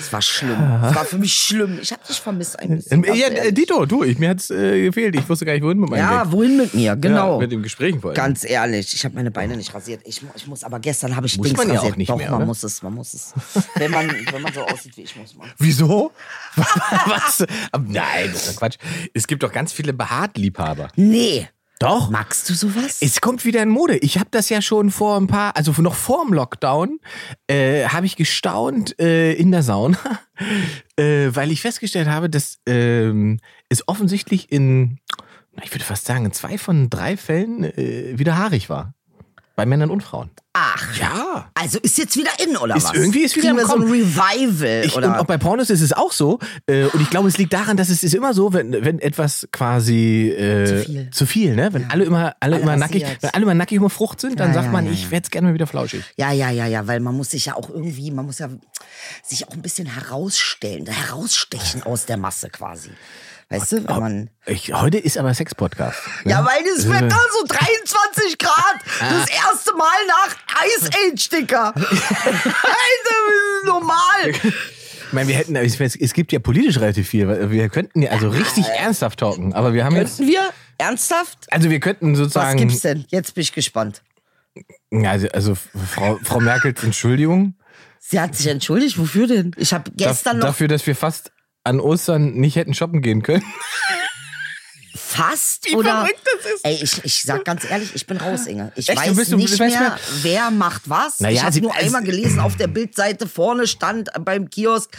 S4: Es war schlimm. Es war für mich schlimm. Ich hab dich vermisst ein bisschen.
S2: Ähm, Ja, äh, Dito, du, ich, mir hat's äh, gefehlt. Ich wusste gar nicht, wohin mit meinem
S4: ja,
S2: Geld.
S4: wohin mit mir? Genau.
S2: Ja, mit dem Gespräch vor allem.
S4: Ganz ehrlich, ich habe meine Beine nicht rasiert. Ich, mu- ich muss, aber gestern habe ich
S2: Muss
S4: Dings
S2: man ja auch
S4: rasiert.
S2: nicht
S4: Doch,
S2: mehr,
S4: man
S2: oder?
S4: muss es, man muss es. Wenn man, wenn man so aussieht wie ich, muss man.
S2: Wieso? Was? Aber Nein, das ist doch Quatsch. Es gibt doch ganz viele Behaartliebhaber.
S4: Nee.
S2: Doch.
S4: Magst du sowas?
S2: Es kommt wieder in Mode. Ich habe das ja schon vor ein paar, also noch vor dem Lockdown, äh, habe ich gestaunt äh, in der Sauna, äh, weil ich festgestellt habe, dass ähm, es offensichtlich in, na, ich würde fast sagen, in zwei von drei Fällen äh, wieder haarig war. Bei Männern und Frauen.
S4: Ach.
S2: Ja.
S4: Also ist jetzt wieder in, oder
S2: Ist-
S4: was?
S2: irgendwie ist wieder
S4: Kriegen
S2: im
S4: wir so ein Revival,
S2: Ich, und
S4: oder?
S2: auch bei Pornos ist es auch so. Äh, und ich glaube, es liegt daran, dass es ist immer so, wenn, wenn etwas quasi äh,
S4: Zu viel.
S2: zu viel, ne? Wenn alle immer, alle,
S4: Alle
S2: immer nackig,
S4: rasiert.
S2: wenn alle immer nackig immer Frucht sind, dann
S4: Ja,
S2: sagt
S4: ja,
S2: man,
S4: ja,
S2: ich
S4: ja.
S2: werde es gerne mal wieder flauschig.
S4: ja, ja, ja, ja, weil man muss sich ja auch irgendwie, man muss ja sich auch ein bisschen herausstellen, herausstechen aus der Masse quasi. Weißt du, wenn man...
S2: Ich, heute ist aber Sex-Podcast. ne?
S4: Ja, weil das Wetter so 23 Grad.
S2: Ah.
S4: Das erste Mal nach Ice Age, Dicker. Alter, das ist normal.
S2: Ich meine, wir hätten, es, es gibt ja politisch relativ viel. Wir könnten ja also richtig ernsthaft talken, aber wir haben jetzt.
S4: Könnten wir? Ernsthaft?
S2: Also wir könnten
S4: Was
S2: sozusagen.
S4: gibt's denn? Jetzt bin ich gespannt.
S2: Also, also Frau, Frau Merkels Entschuldigung
S4: Sie hat sich entschuldigt. Wofür denn? Ich habe
S2: daf-
S4: gestern noch
S2: dafür, dass wir fast an Ostern nicht hätten shoppen gehen können.
S4: fast
S2: Wie
S4: oder.
S2: verrückt das ist.
S4: Ey, ich, ich sag ganz ehrlich, ich bin raus, Inge. Ich
S2: Echt? Du
S4: weiß
S2: bist- du
S4: nicht
S2: weißt
S4: mehr,
S2: mehr?
S4: wer macht was.
S2: Naja,
S4: ich habe
S2: sie- also-
S4: nur
S2: es-
S4: einmal gelesen, auf der Bildseite vorne stand beim Kiosk,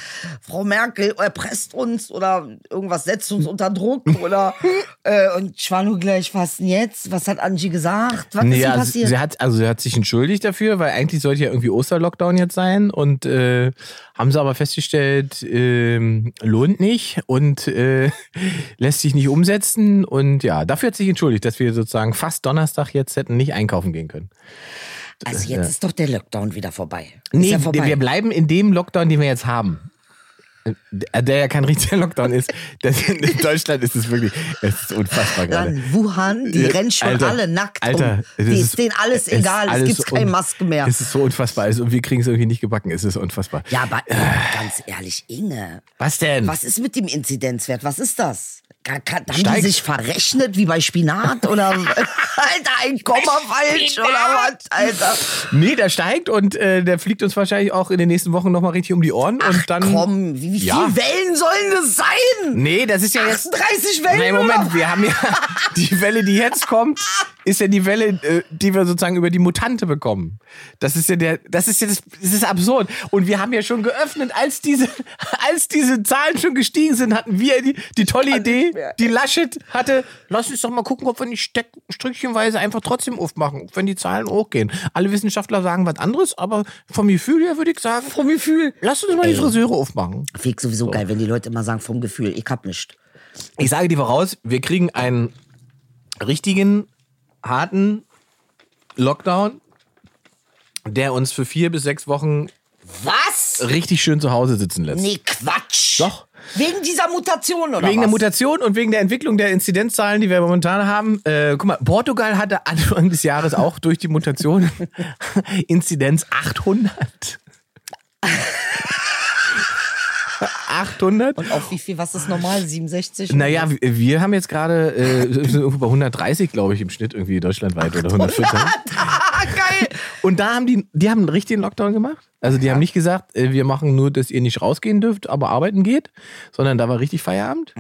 S4: Frau Merkel erpresst uns oder irgendwas setzt uns unter Druck oder äh, und ich war nur gleich, was denn jetzt? Was hat Angie gesagt? Was ist
S2: ja,
S4: denn
S2: sie,
S4: passiert?
S2: sie hat also sie hat sich entschuldigt dafür, weil eigentlich sollte ja irgendwie Osterlockdown jetzt sein und äh, haben sie aber festgestellt, ähm, lohnt nicht und äh, lässt sich nicht umsetzen und ja, dafür hat sie sich entschuldigt, dass wir sozusagen fast Donnerstag jetzt hätten nicht einkaufen gehen können.
S4: also jetzt ist doch der Lockdown wieder vorbei.
S2: Nee,
S4: ist ja vorbei.
S2: wir bleiben in dem Lockdown, den wir jetzt haben. Äh, Der ja kein richtiger Lockdown ist. Das, in Deutschland ist es wirklich, es ist unfassbar gerade.
S4: Dann Wuhan, die
S2: Ja,
S4: rennen schon
S2: Alter,
S4: alle nackt
S2: Alter, es
S4: um. Die ist denen alles
S2: es ist
S4: egal,
S2: alles
S4: es gibt keine
S2: un-
S4: Maske mehr.
S2: Es ist so unfassbar also, und wir kriegen es irgendwie nicht gebacken. Es ist unfassbar.
S4: Ja, aber Inge, ganz ehrlich, Inge,
S2: Was denn?
S4: was ist mit dem Inzidenzwert? Was ist das? Ka- ka- Haben
S2: Steigt.
S4: die sich verrechnet wie bei Spinat oder Alter, ein Komma falsch oder was, Alter?
S2: Nee, der steigt und äh, der fliegt uns wahrscheinlich auch in den nächsten Wochen nochmal richtig um die Ohren und dann.
S4: Komm, wie, wie viele
S2: Ja.
S4: Wellen sollen das sein?
S2: Nee, das ist ja jetzt.
S4: 38 Wellen.
S2: Nein,
S4: oder
S2: Moment,
S4: was?
S2: wir haben ja die Welle, die jetzt kommt, ist ja die Welle, äh, die wir sozusagen über die Mutante bekommen. Das ist ja der, das ist ja das, das ist absurd. Und wir haben ja schon geöffnet, als diese, als diese Zahlen schon gestiegen sind, hatten wir die, die tolle Idee, die Laschet hatte, lass uns doch mal gucken, ob wir nicht steck, strückchenweise einfach trotzdem aufmachen, ob wenn die Zahlen hochgehen. Alle Wissenschaftler sagen was anderes, aber vom Gefühl her würde ich sagen, vom Gefühl, lass uns mal die Friseure aufmachen.
S4: Finde ich sowieso geil, wenn die Leute immer sagen vom Gefühl, ich hab nichts.
S2: Ich sage dir voraus, wir kriegen einen richtigen, harten Lockdown, der uns für vier bis sechs Wochen
S4: Was?
S2: richtig schön zu Hause sitzen lässt.
S4: Nee, Quatsch.
S2: Äh. Doch.
S4: Wegen dieser Mutation oder
S2: Wegen
S4: was?
S2: der Mutation und wegen der Entwicklung der Inzidenzzahlen, die wir momentan haben. Äh, guck mal, Portugal hatte Anfang des Jahres auch durch die Mutation Inzidenz 800. 800.
S4: Und auf wie viel, was ist normal? 67?
S2: Naja, w- wir haben jetzt gerade äh, sind irgendwo bei 130, glaube ich, im Schnitt irgendwie deutschlandweit oder 140.
S4: Geil.
S2: Und da haben die, die haben einen richtigen Lockdown gemacht. Also die haben nicht gesagt, äh, wir machen nur, dass ihr nicht Mhm. rausgehen dürft, aber arbeiten geht, sondern da war richtig Feierabend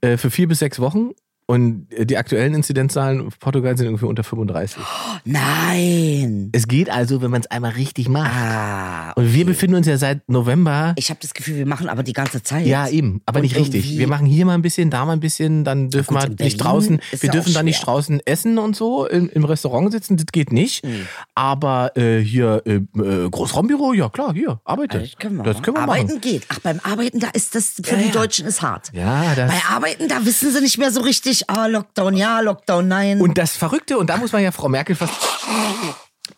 S2: äh, für vier bis sechs Wochen. Und äh, die aktuellen Inzidenzzahlen in Portugal sind ungefähr unter 35.
S4: Nein.
S2: Es geht also, wenn man es einmal richtig macht.
S4: Ah,
S2: Und wir befinden uns ja seit November.
S4: ich habe das Gefühl, wir machen aber die ganze Zeit.
S2: Ja, eben, aber
S4: Und
S2: nicht richtig.
S4: irgendwie-
S2: Wir machen hier mal ein bisschen, da mal ein bisschen, dann dürfen
S4: gut,
S2: wir
S4: in
S2: nicht
S4: Berlin
S2: draußen,
S4: ist
S2: wir
S4: ja
S2: dürfen
S4: auch
S2: dann nicht
S4: schwer.
S2: draußen essen und so, im, im Restaurant sitzen, das geht nicht.
S4: Mhm.
S2: Aber äh, hier äh, äh, Großraumbüro, ja klar, hier, arbeite.
S4: Ah, Das können wir,
S2: das können wir
S4: Arbeiten
S2: machen.
S4: geht. Ach, beim Arbeiten, da ist das
S2: Ja,
S4: für die
S2: ja.
S4: Deutschen ist hart.
S2: Ja, das-
S4: Bei Arbeiten, da wissen sie nicht mehr so richtig, ah, Lockdown ja, Lockdown nein.
S2: Und das Verrückte, und da muss man ja Frau Merkel fast.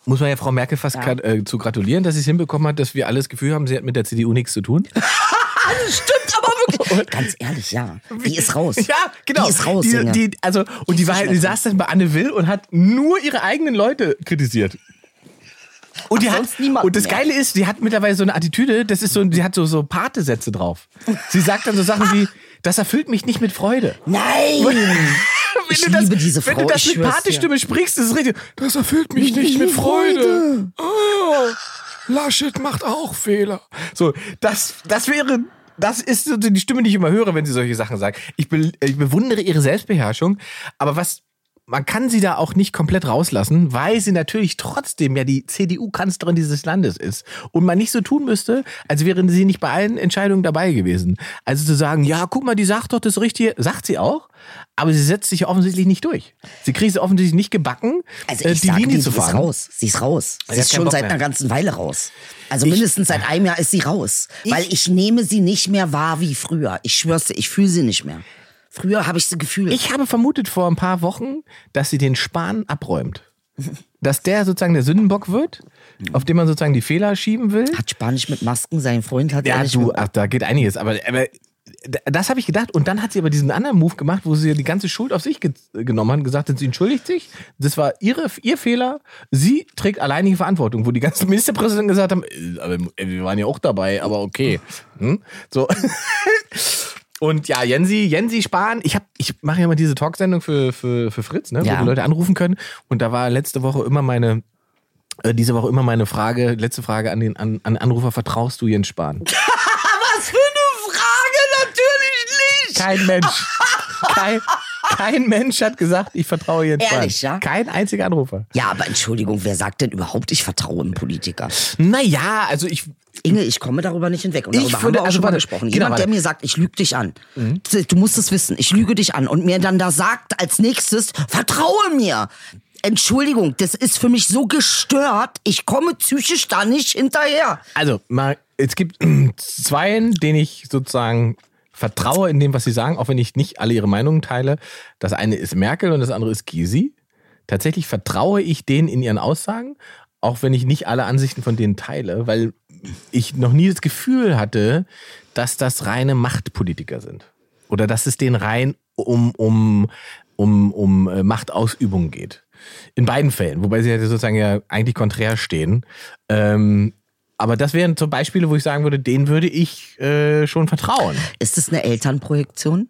S2: Muss man ja Frau Merkel fast gra- äh, zu gratulieren, dass sie es hinbekommen hat, dass wir alles Gefühl haben, sie hat mit der CDU nichts zu tun.
S4: Stimmt aber wirklich. Ganz ehrlich, ja. Die ist raus.
S2: Ja, genau.
S4: Die ist raus,
S2: Die,
S4: Inge.
S2: die, also, und die, war, halt- die
S4: nicht mehr
S2: saß dann bei Anne Will und hat nur ihre eigenen Leute kritisiert. Und, die hat,
S4: sonst niemanden
S2: und das
S4: mehr.
S2: Geile ist, die hat mittlerweile so eine Attitüde, das ist so, die hat so, so Pate-Sätze drauf. Sie sagt dann so Sachen wie, das erfüllt mich nicht mit Freude.
S4: Nein! Ich
S2: du das,
S4: liebe diese
S2: Wenn
S4: Frau,
S2: du das mit
S4: ich schwör's dir.
S2: Pate-Stimme sprichst, ist es richtig. Das erfüllt mich nicht mit Freude. Oh, Laschet macht auch Fehler. So, das, das wäre. Das ist so die Stimme, die ich immer höre, wenn sie solche Sachen sagt. Ich, be ich bewundere ihre Selbstbeherrschung, aber was. Man kann sie da auch nicht komplett rauslassen, weil sie natürlich trotzdem ja die CDU-Kanzlerin dieses Landes ist. Und man nicht so tun müsste, als wäre sie nicht bei allen Entscheidungen dabei gewesen. Also zu sagen, ja, guck mal, die sagt doch das Richtige, sagt sie auch, aber sie setzt sich offensichtlich nicht durch. Sie kriegt es offensichtlich nicht gebacken,
S4: Also
S2: äh,
S4: ich
S2: die
S4: sage,
S2: Linie
S4: die,
S2: zu
S4: die ist
S2: fahren.
S4: raus. Sie ist raus. Sie
S2: hat
S4: ist
S2: keinen
S4: schon
S2: Bock
S4: seit
S2: mehr.
S4: einer ganzen Weile raus. Also mindestens seit einem Jahr ist sie raus. weil ich nehme sie nicht mehr wahr wie früher. Ich schwör's dir, ich fühle sie nicht mehr. Früher habe ich sie gefühlt.
S2: Ich habe vermutet vor ein paar Wochen, dass sie den Spahn abräumt. Dass der sozusagen der Sündenbock wird, auf den man sozusagen die Fehler schieben will.
S4: hat Spanisch mit Masken, sein Freund hat
S2: Ja,
S4: ehrlich
S2: du, ach, da geht einiges. Aber, aber d- das habe ich gedacht. Und dann hat sie aber diesen anderen Move gemacht, wo sie die ganze Schuld auf sich ge genommen hat und gesagt hat, sie entschuldigt sich. Das war ihre, ihr Fehler. Sie trägt alleine die Verantwortung. Wo die ganzen Ministerpräsidenten gesagt haben, äh, aber, äh, wir waren ja auch dabei, aber okay. Hm? So. Und ja, Jensi, Jensi Spahn, ich hab, ich mache ja immer diese Talksendung für, für, für Fritz, ne,
S4: Ja.
S2: wo die Leute anrufen können. Und da war letzte Woche immer meine, äh, diese Woche immer meine Frage, letzte Frage an den an, an Anrufer, vertraust du Jens Spahn? Ah,
S4: Was für eine Frage, natürlich nicht.
S2: Kein Mensch. Kein, kein Mensch hat gesagt, ich vertraue Jens Spahn.
S4: Ehrlich, ja?
S2: Kein einziger Anrufer.
S4: Ja, aber Entschuldigung, wer sagt denn überhaupt, ich vertraue einem Politiker?
S2: Naja, also ich.
S4: Inge, ich komme darüber nicht hinweg. Und
S2: Ich
S4: darüber haben
S2: würde-
S4: wir auch
S2: also
S4: schon mal
S2: warte,
S4: gesprochen.
S2: genau,
S4: Jemand,
S2: warte. Mhm.
S4: der mir sagt, ich lüge dich an. Äh, Du musst es wissen, ich lüge dich an. Und mir dann da sagt als nächstes, vertraue mir. Entschuldigung, das ist für mich so gestört. Ich komme psychisch da nicht hinterher.
S2: Also, mal, es gibt zwei, denen ich sozusagen vertraue in dem, was sie sagen, auch wenn ich nicht alle ihre Meinungen teile. Das eine ist Merkel und das andere ist Gysi. Tatsächlich vertraue ich denen in ihren Aussagen, auch wenn ich nicht alle Ansichten von denen teile, weil ich noch nie das Gefühl hatte, dass das reine Machtpolitiker sind. Oder dass es denen rein um, um, um, um äh, Machtausübung geht. In beiden Fällen, wobei sie ja sozusagen ja eigentlich konträr stehen. Ähm, aber das wären so Beispiele, wo ich sagen würde, denen würde ich äh, schon vertrauen.
S4: Ist das eine Elternprojektion?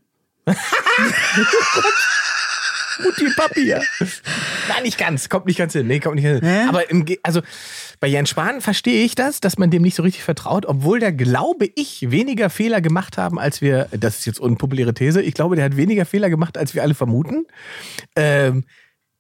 S2: Mutti Papier. Nein, nicht ganz. Kommt nicht ganz hin. Nee, kommt nicht hin. Aber im, Ge- also bei Jens Spahn verstehe ich das, dass man dem nicht so richtig vertraut, obwohl der, glaube ich, weniger Fehler gemacht haben, als wir. Das ist jetzt unpopuläre These. Ich glaube, der hat weniger Fehler gemacht, als wir alle vermuten. Ähm,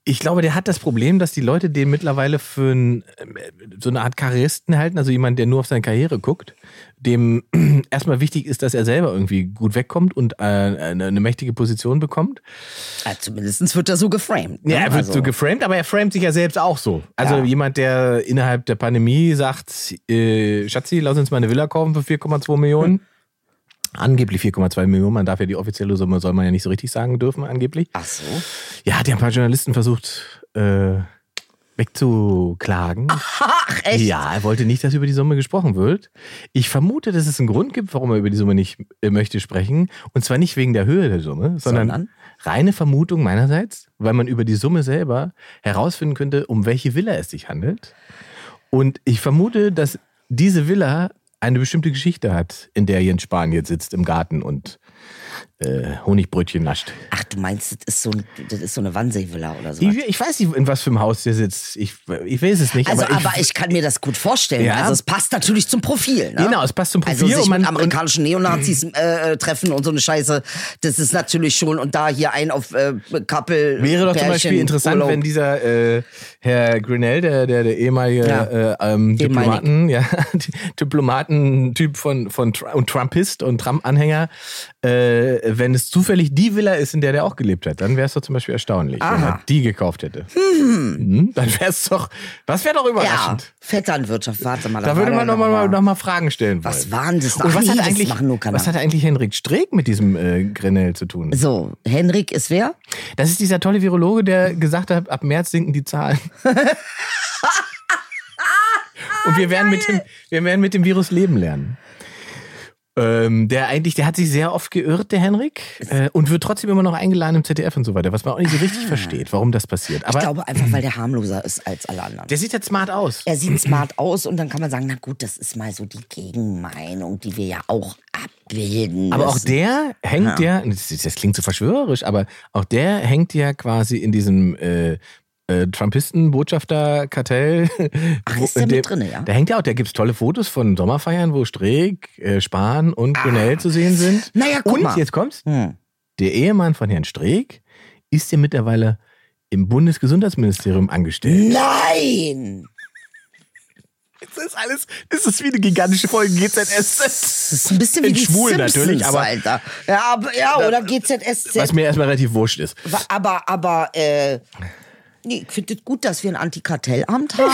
S2: ich glaube, der hat das Problem, dass die Leute den mittlerweile für einen, ähm, so eine Art Karrieristen halten, also jemand, der nur auf seine Karriere guckt, dem erstmal wichtig ist, dass er selber irgendwie gut wegkommt und äh, eine, eine mächtige Position bekommt.
S4: Ja, zumindest Äh, wird er so geframed. ne?
S2: Ja, er wird
S4: Also-
S2: so geframed, aber er framet sich ja selbst auch so. Also jemand, der innerhalb der Pandemie sagt, äh, Schatzi, lass uns mal eine Villa kaufen für 4,2 Millionen. Angeblich 4,2 Millionen, man darf ja die offizielle Summe, soll man ja nicht so richtig sagen dürfen, angeblich.
S4: Ach so.
S2: Ja, hat ja ein paar Journalisten versucht, äh, wegzuklagen.
S4: Ach, echt?
S2: Ja, er wollte nicht, dass über die Summe gesprochen wird. Ich vermute, dass es einen Grund gibt, warum er über die Summe nicht äh, möchte sprechen. Und zwar nicht wegen der Höhe der Summe, sondern,
S4: Sondern?
S2: reine Vermutung meinerseits, weil man über die Summe selber herausfinden könnte, um welche Villa es sich handelt. Und ich vermute, dass diese Villa eine bestimmte Geschichte hat, in der Jens Spahn jetzt sitzt im Garten und äh, Honigbrötchen nascht.
S4: Ach, du meinst, das ist so, ein, das ist so eine Wannseevilla oder so.
S2: Ich, ich weiß nicht, in was für einem Haus der sitzt. Ich, ich weiß es nicht.
S4: Also,
S2: aber, ich,
S4: aber ich kann mir das gut vorstellen.
S2: Ja.
S4: Also, es passt natürlich zum Profil. Ne?
S2: Genau, es passt zum Profil
S4: Also, sich
S2: und man-
S4: mit amerikanischen Neonazis äh, äh, treffen und so eine Scheiße, das ist natürlich schon. Und da hier ein auf äh, Kappel.
S2: Wäre doch zum Beispiel interessant, wenn dieser äh, Herr Grinnell, der, der, der ehemalige
S4: Ja.
S2: äh, ähm,
S4: Den
S2: Diplomaten, ja, Diplomatentyp von, von Tr und Trumpist und Trump-Anhänger, äh, wenn es zufällig die Villa ist, in der der auch gelebt hat, dann wäre es doch zum Beispiel erstaunlich, wenn er
S4: Aha. Hm.
S2: die gekauft hätte. Mhm, dann wäre es doch, was wäre doch
S4: Ja,
S2: überraschend.
S4: Vetternwirtschaft, warte mal.
S2: Da
S4: war
S2: würde
S4: der
S2: man
S4: noch
S2: nochmal mal,
S4: mal.
S2: noch mal Fragen stellen
S4: Was
S2: wollen.
S4: waren das?
S2: Und
S4: Ach
S2: was,
S4: nee,
S2: hat
S4: das
S2: eigentlich,
S4: machen nur
S2: was
S4: Kanadier.
S2: hat eigentlich Henrik Streeck mit diesem äh, Grinnell zu tun?
S4: So, Henrik ist wer?
S2: Das ist dieser tolle Virologe, der gesagt hat, ab März sinken die Zahlen. Und wir werden, mit dem, wir werden mit dem Virus leben lernen. Ähm, der eigentlich, der hat sich sehr oft geirrt, der Henrik, äh, und wird trotzdem immer noch eingeladen im ZDF und so weiter, was man auch nicht so richtig versteht, warum das passiert.
S4: Ah. Ich
S2: Aber
S4: glaube einfach, weil der harmloser ist als alle anderen.
S2: der sieht ja smart aus.
S4: er sieht smart aus und dann kann man sagen, na gut, das ist mal so die Gegenmeinung, die wir ja auch abbilden.
S2: Aber auch
S4: müssen.
S2: der hängt ja, das, ist- das klingt so verschwörerisch, aber auch der hängt ja quasi in diesem äh, äh, Trumpisten-Botschafter-Kartell.
S4: Ach,
S2: Wo-
S4: ist der
S2: der-
S4: mit drinne, ja?
S2: Da hängt ja auch, da gibt's tolle Fotos von Sommerfeiern, wo Streeck, äh, Spahn und Brunel zu sehen sind.
S4: Naja, guck
S2: und
S4: mal.
S2: jetzt kommt's,
S4: Hm.
S2: der Ehemann von Herrn Streeck ist ja mittlerweile im Bundesgesundheitsministerium angestellt.
S4: Nein!
S2: Das ist alles, das ist wie eine gigantische Folge GZSZ.
S4: Das ist ein bisschen wie
S2: In
S4: die
S2: schwul
S4: Simpsons,
S2: natürlich, aber-
S4: Alter. Ja, aber, ja oder GZSZ.
S2: Was mir erstmal relativ wurscht ist.
S4: Wa- aber, aber, äh, nee, ich finde es gut, dass wir ein Antikartellamt haben,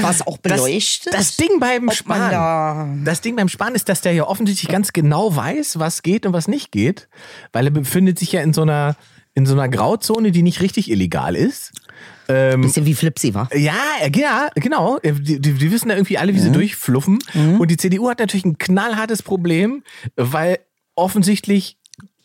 S4: was auch beleuchtet.
S2: Das, das Ding beim
S4: man
S2: Spahn.
S4: da-
S2: Das Ding beim Spahn ist, dass der ja offensichtlich ganz genau weiß, was geht und was nicht geht, weil er befindet sich ja in so einer in so einer Grauzone, die nicht richtig illegal ist.
S4: bisschen wie Flipsy, war.
S2: Ja, ja, genau. Die, die, die wissen da irgendwie alle, wie sie durchfluffen. Und die CDU hat natürlich ein knallhartes Problem, weil offensichtlich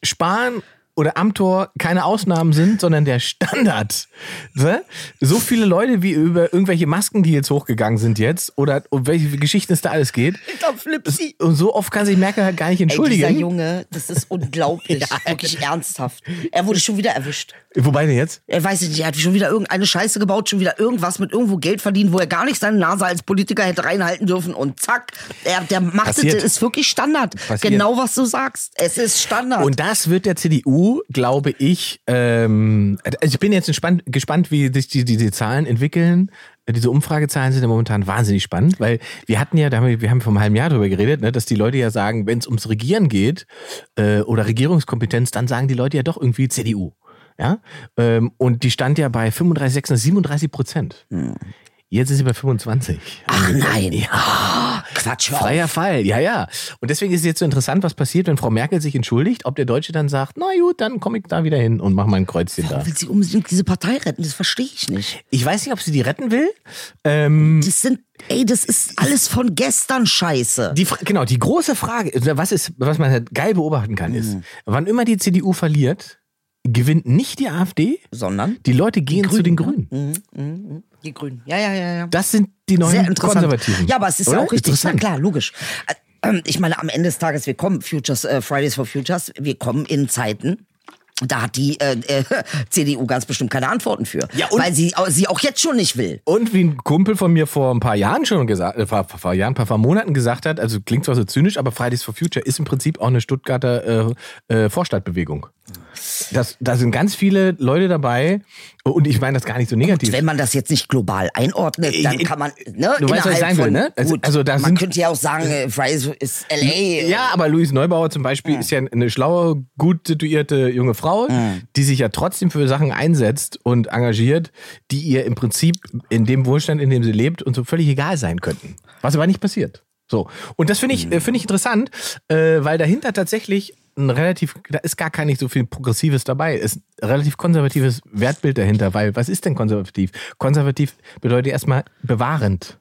S2: Spahn oder Amtor keine Ausnahmen sind, sondern der Standard. Ne? So viele Leute wie über irgendwelche Masken, die jetzt hochgegangen sind jetzt oder um welche Geschichten es da alles geht.
S4: Ich glaube, Flipsy.
S2: Und so oft kann sich Merkel halt gar nicht
S4: Ey, dieser
S2: entschuldigen.
S4: Junge, das ist unglaublich. Wirklich ernsthaft. Er wurde schon wieder erwischt.
S2: Wobei denn jetzt?
S4: Er weiß ich nicht, er hat schon wieder irgendeine Scheiße gebaut, schon wieder irgendwas mit irgendwo Geld verdient, wo er gar nicht seine Nase als Politiker hätte reinhalten dürfen und zack, er, der macht es,
S2: Passiert.
S4: ist wirklich Standard.
S2: Passiert.
S4: Genau was du sagst, es ist Standard.
S2: Und das wird der CDU, glaube ich, ähm, also ich bin jetzt entspannt, gespannt, wie sich die, die, die Zahlen entwickeln. Diese Umfragezahlen sind ja momentan wahnsinnig spannend, weil wir hatten ja, da haben wir, wir haben vor einem halben Jahr drüber geredet, ne, dass die Leute ja sagen, wenn es ums Regieren geht äh, oder Regierungskompetenz, dann sagen die Leute ja doch irgendwie CDU. Ja? Ähm, und die stand ja bei 35, 36, 37 Prozent. Jetzt ist sie bei 25.
S4: Ach nein.
S2: Ja.
S4: Quatsch, hör auf.
S2: Freier Fall, ja, ja. Und deswegen ist es jetzt so interessant, was passiert, wenn Frau Merkel sich entschuldigt, ob der Deutsche dann sagt, na gut, dann komme ich da wieder hin und mach mal ein Kreuzchen da.
S4: Warum will sie unbedingt diese Partei retten? Das verstehe ich nicht.
S2: Ich weiß nicht, ob sie die retten will. Ähm,
S4: Das sind, ey, das ist alles von gestern Scheiße.
S2: die, Fra- genau, die große Frage, was, ist, was man halt geil beobachten kann, ist,
S4: Mhm.
S2: wann immer die CDU verliert, gewinnt nicht die AfD,
S4: Sondern
S2: die Leute gehen zu den
S4: ne?
S2: Grünen.
S4: Mhm. die Grünen. Ja, ja, ja, ja.
S2: Das sind die neuen
S4: Sehr interessant.
S2: Konservativen.
S4: Ja, aber es ist
S2: Oder?
S4: ja auch richtig, ne? na
S2: Interessant.
S4: klar, logisch. Äh, ähm, Ich meine, am Ende des Tages, wir kommen, Futures, äh, Fridays for Futures, wir kommen in Zeiten. Da hat die äh, äh, CDU ganz bestimmt keine Antworten für.
S2: Ja, und-
S4: weil sie, au- sie auch jetzt schon nicht will.
S2: Und wie ein Kumpel von mir vor ein paar Jahren schon gesagt, äh, vor, vor, vor Jahren, paar, paar Monaten gesagt hat, also klingt zwar so zynisch, aber Fridays for Future ist im Prinzip auch eine Stuttgarter äh, äh, Vorstadtbewegung. Das, da sind ganz viele Leute dabei und ich meine das gar nicht so negativ.
S4: Wenn man das jetzt nicht global einordnet, dann
S2: Ich-
S4: kann man, ne,
S2: Äh, Du weißt, was ich
S4: innerhalb
S2: sagen will,
S4: von,
S2: ne? Also-
S4: gut,
S2: also da
S4: man
S2: sind-
S4: könnte ja auch sagen, äh, Fridays ist L.A.
S2: ja, aber Luis Neubauer zum Beispiel ist ja eine schlaue, gut situierte junge Frau, die sich ja trotzdem für Sachen einsetzt und engagiert, die ihr im Prinzip in dem Wohlstand, in dem sie lebt, und so völlig egal sein könnten. Was aber nicht passiert. So. Und das finde ich, äh, finde ich interessant, äh, weil dahinter tatsächlich ein relativ, da ist gar kein nicht so viel Progressives dabei, ist ein relativ konservatives Wertbild dahinter, weil was ist denn konservativ? Konservativ bedeutet erstmal bewahrend.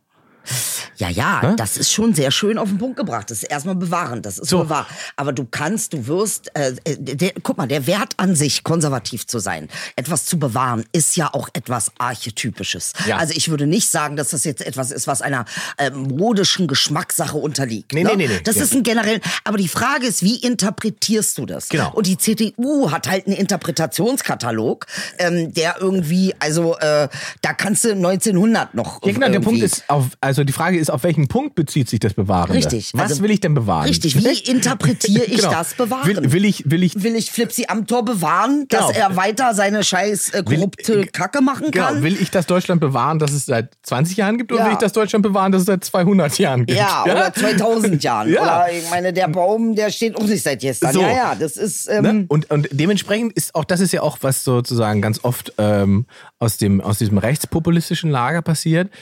S4: Ja, ja,
S2: Ne?
S4: das ist schon sehr schön auf den Punkt gebracht. Das ist erstmal bewahren, das ist
S2: So.
S4: so. bewahren. Aber du kannst, du wirst, äh, äh, der, guck mal, der Wert an sich, konservativ zu sein, etwas zu bewahren, ist ja auch etwas Archetypisches.
S2: Ja.
S4: Also ich würde nicht sagen, dass das jetzt etwas ist, was einer äh, modischen Geschmackssache unterliegt.
S2: Nee,
S4: ne?
S2: nee, nee, nee.
S4: Das
S2: Ja.
S4: ist ein generell, aber die Frage ist, wie interpretierst du das?
S2: Genau.
S4: Und die CDU hat halt einen Interpretationskatalog, ähm, der irgendwie, also äh, da kannst du 1900 noch
S2: Ja, genau, der
S4: irgendwie-
S2: Punkt ist, auf, also die Frage ist, auf welchen Punkt bezieht sich das Bewahren?
S4: Richtig.
S2: Was
S4: Also-
S2: will ich denn bewahren?
S4: Richtig, wie interpretiere ich
S2: Genau.
S4: das Bewahren?
S2: Will, will ich, will ich,
S4: Will ich Flipsi am Tor bewahren,
S2: Genau.
S4: dass er weiter seine scheiß äh,
S2: Will-
S4: korrupte Kacke machen
S2: genau,
S4: kann?
S2: will ich das Deutschland bewahren, das es seit 20 Jahren gibt, oder
S4: Ja.
S2: will ich das Deutschland bewahren, das es seit 200 Jahren gibt?
S4: ja, oder 2000 Jahren.
S2: Ja.
S4: Oder ich meine, der Baum, der steht auch nicht seit gestern.
S2: So.
S4: Ja, ja, das ist. Ähm,
S2: Ne? Und, und dementsprechend ist auch das ist ja auch was sozusagen ganz oft ähm, aus dem aus diesem rechtspopulistischen Lager passiert.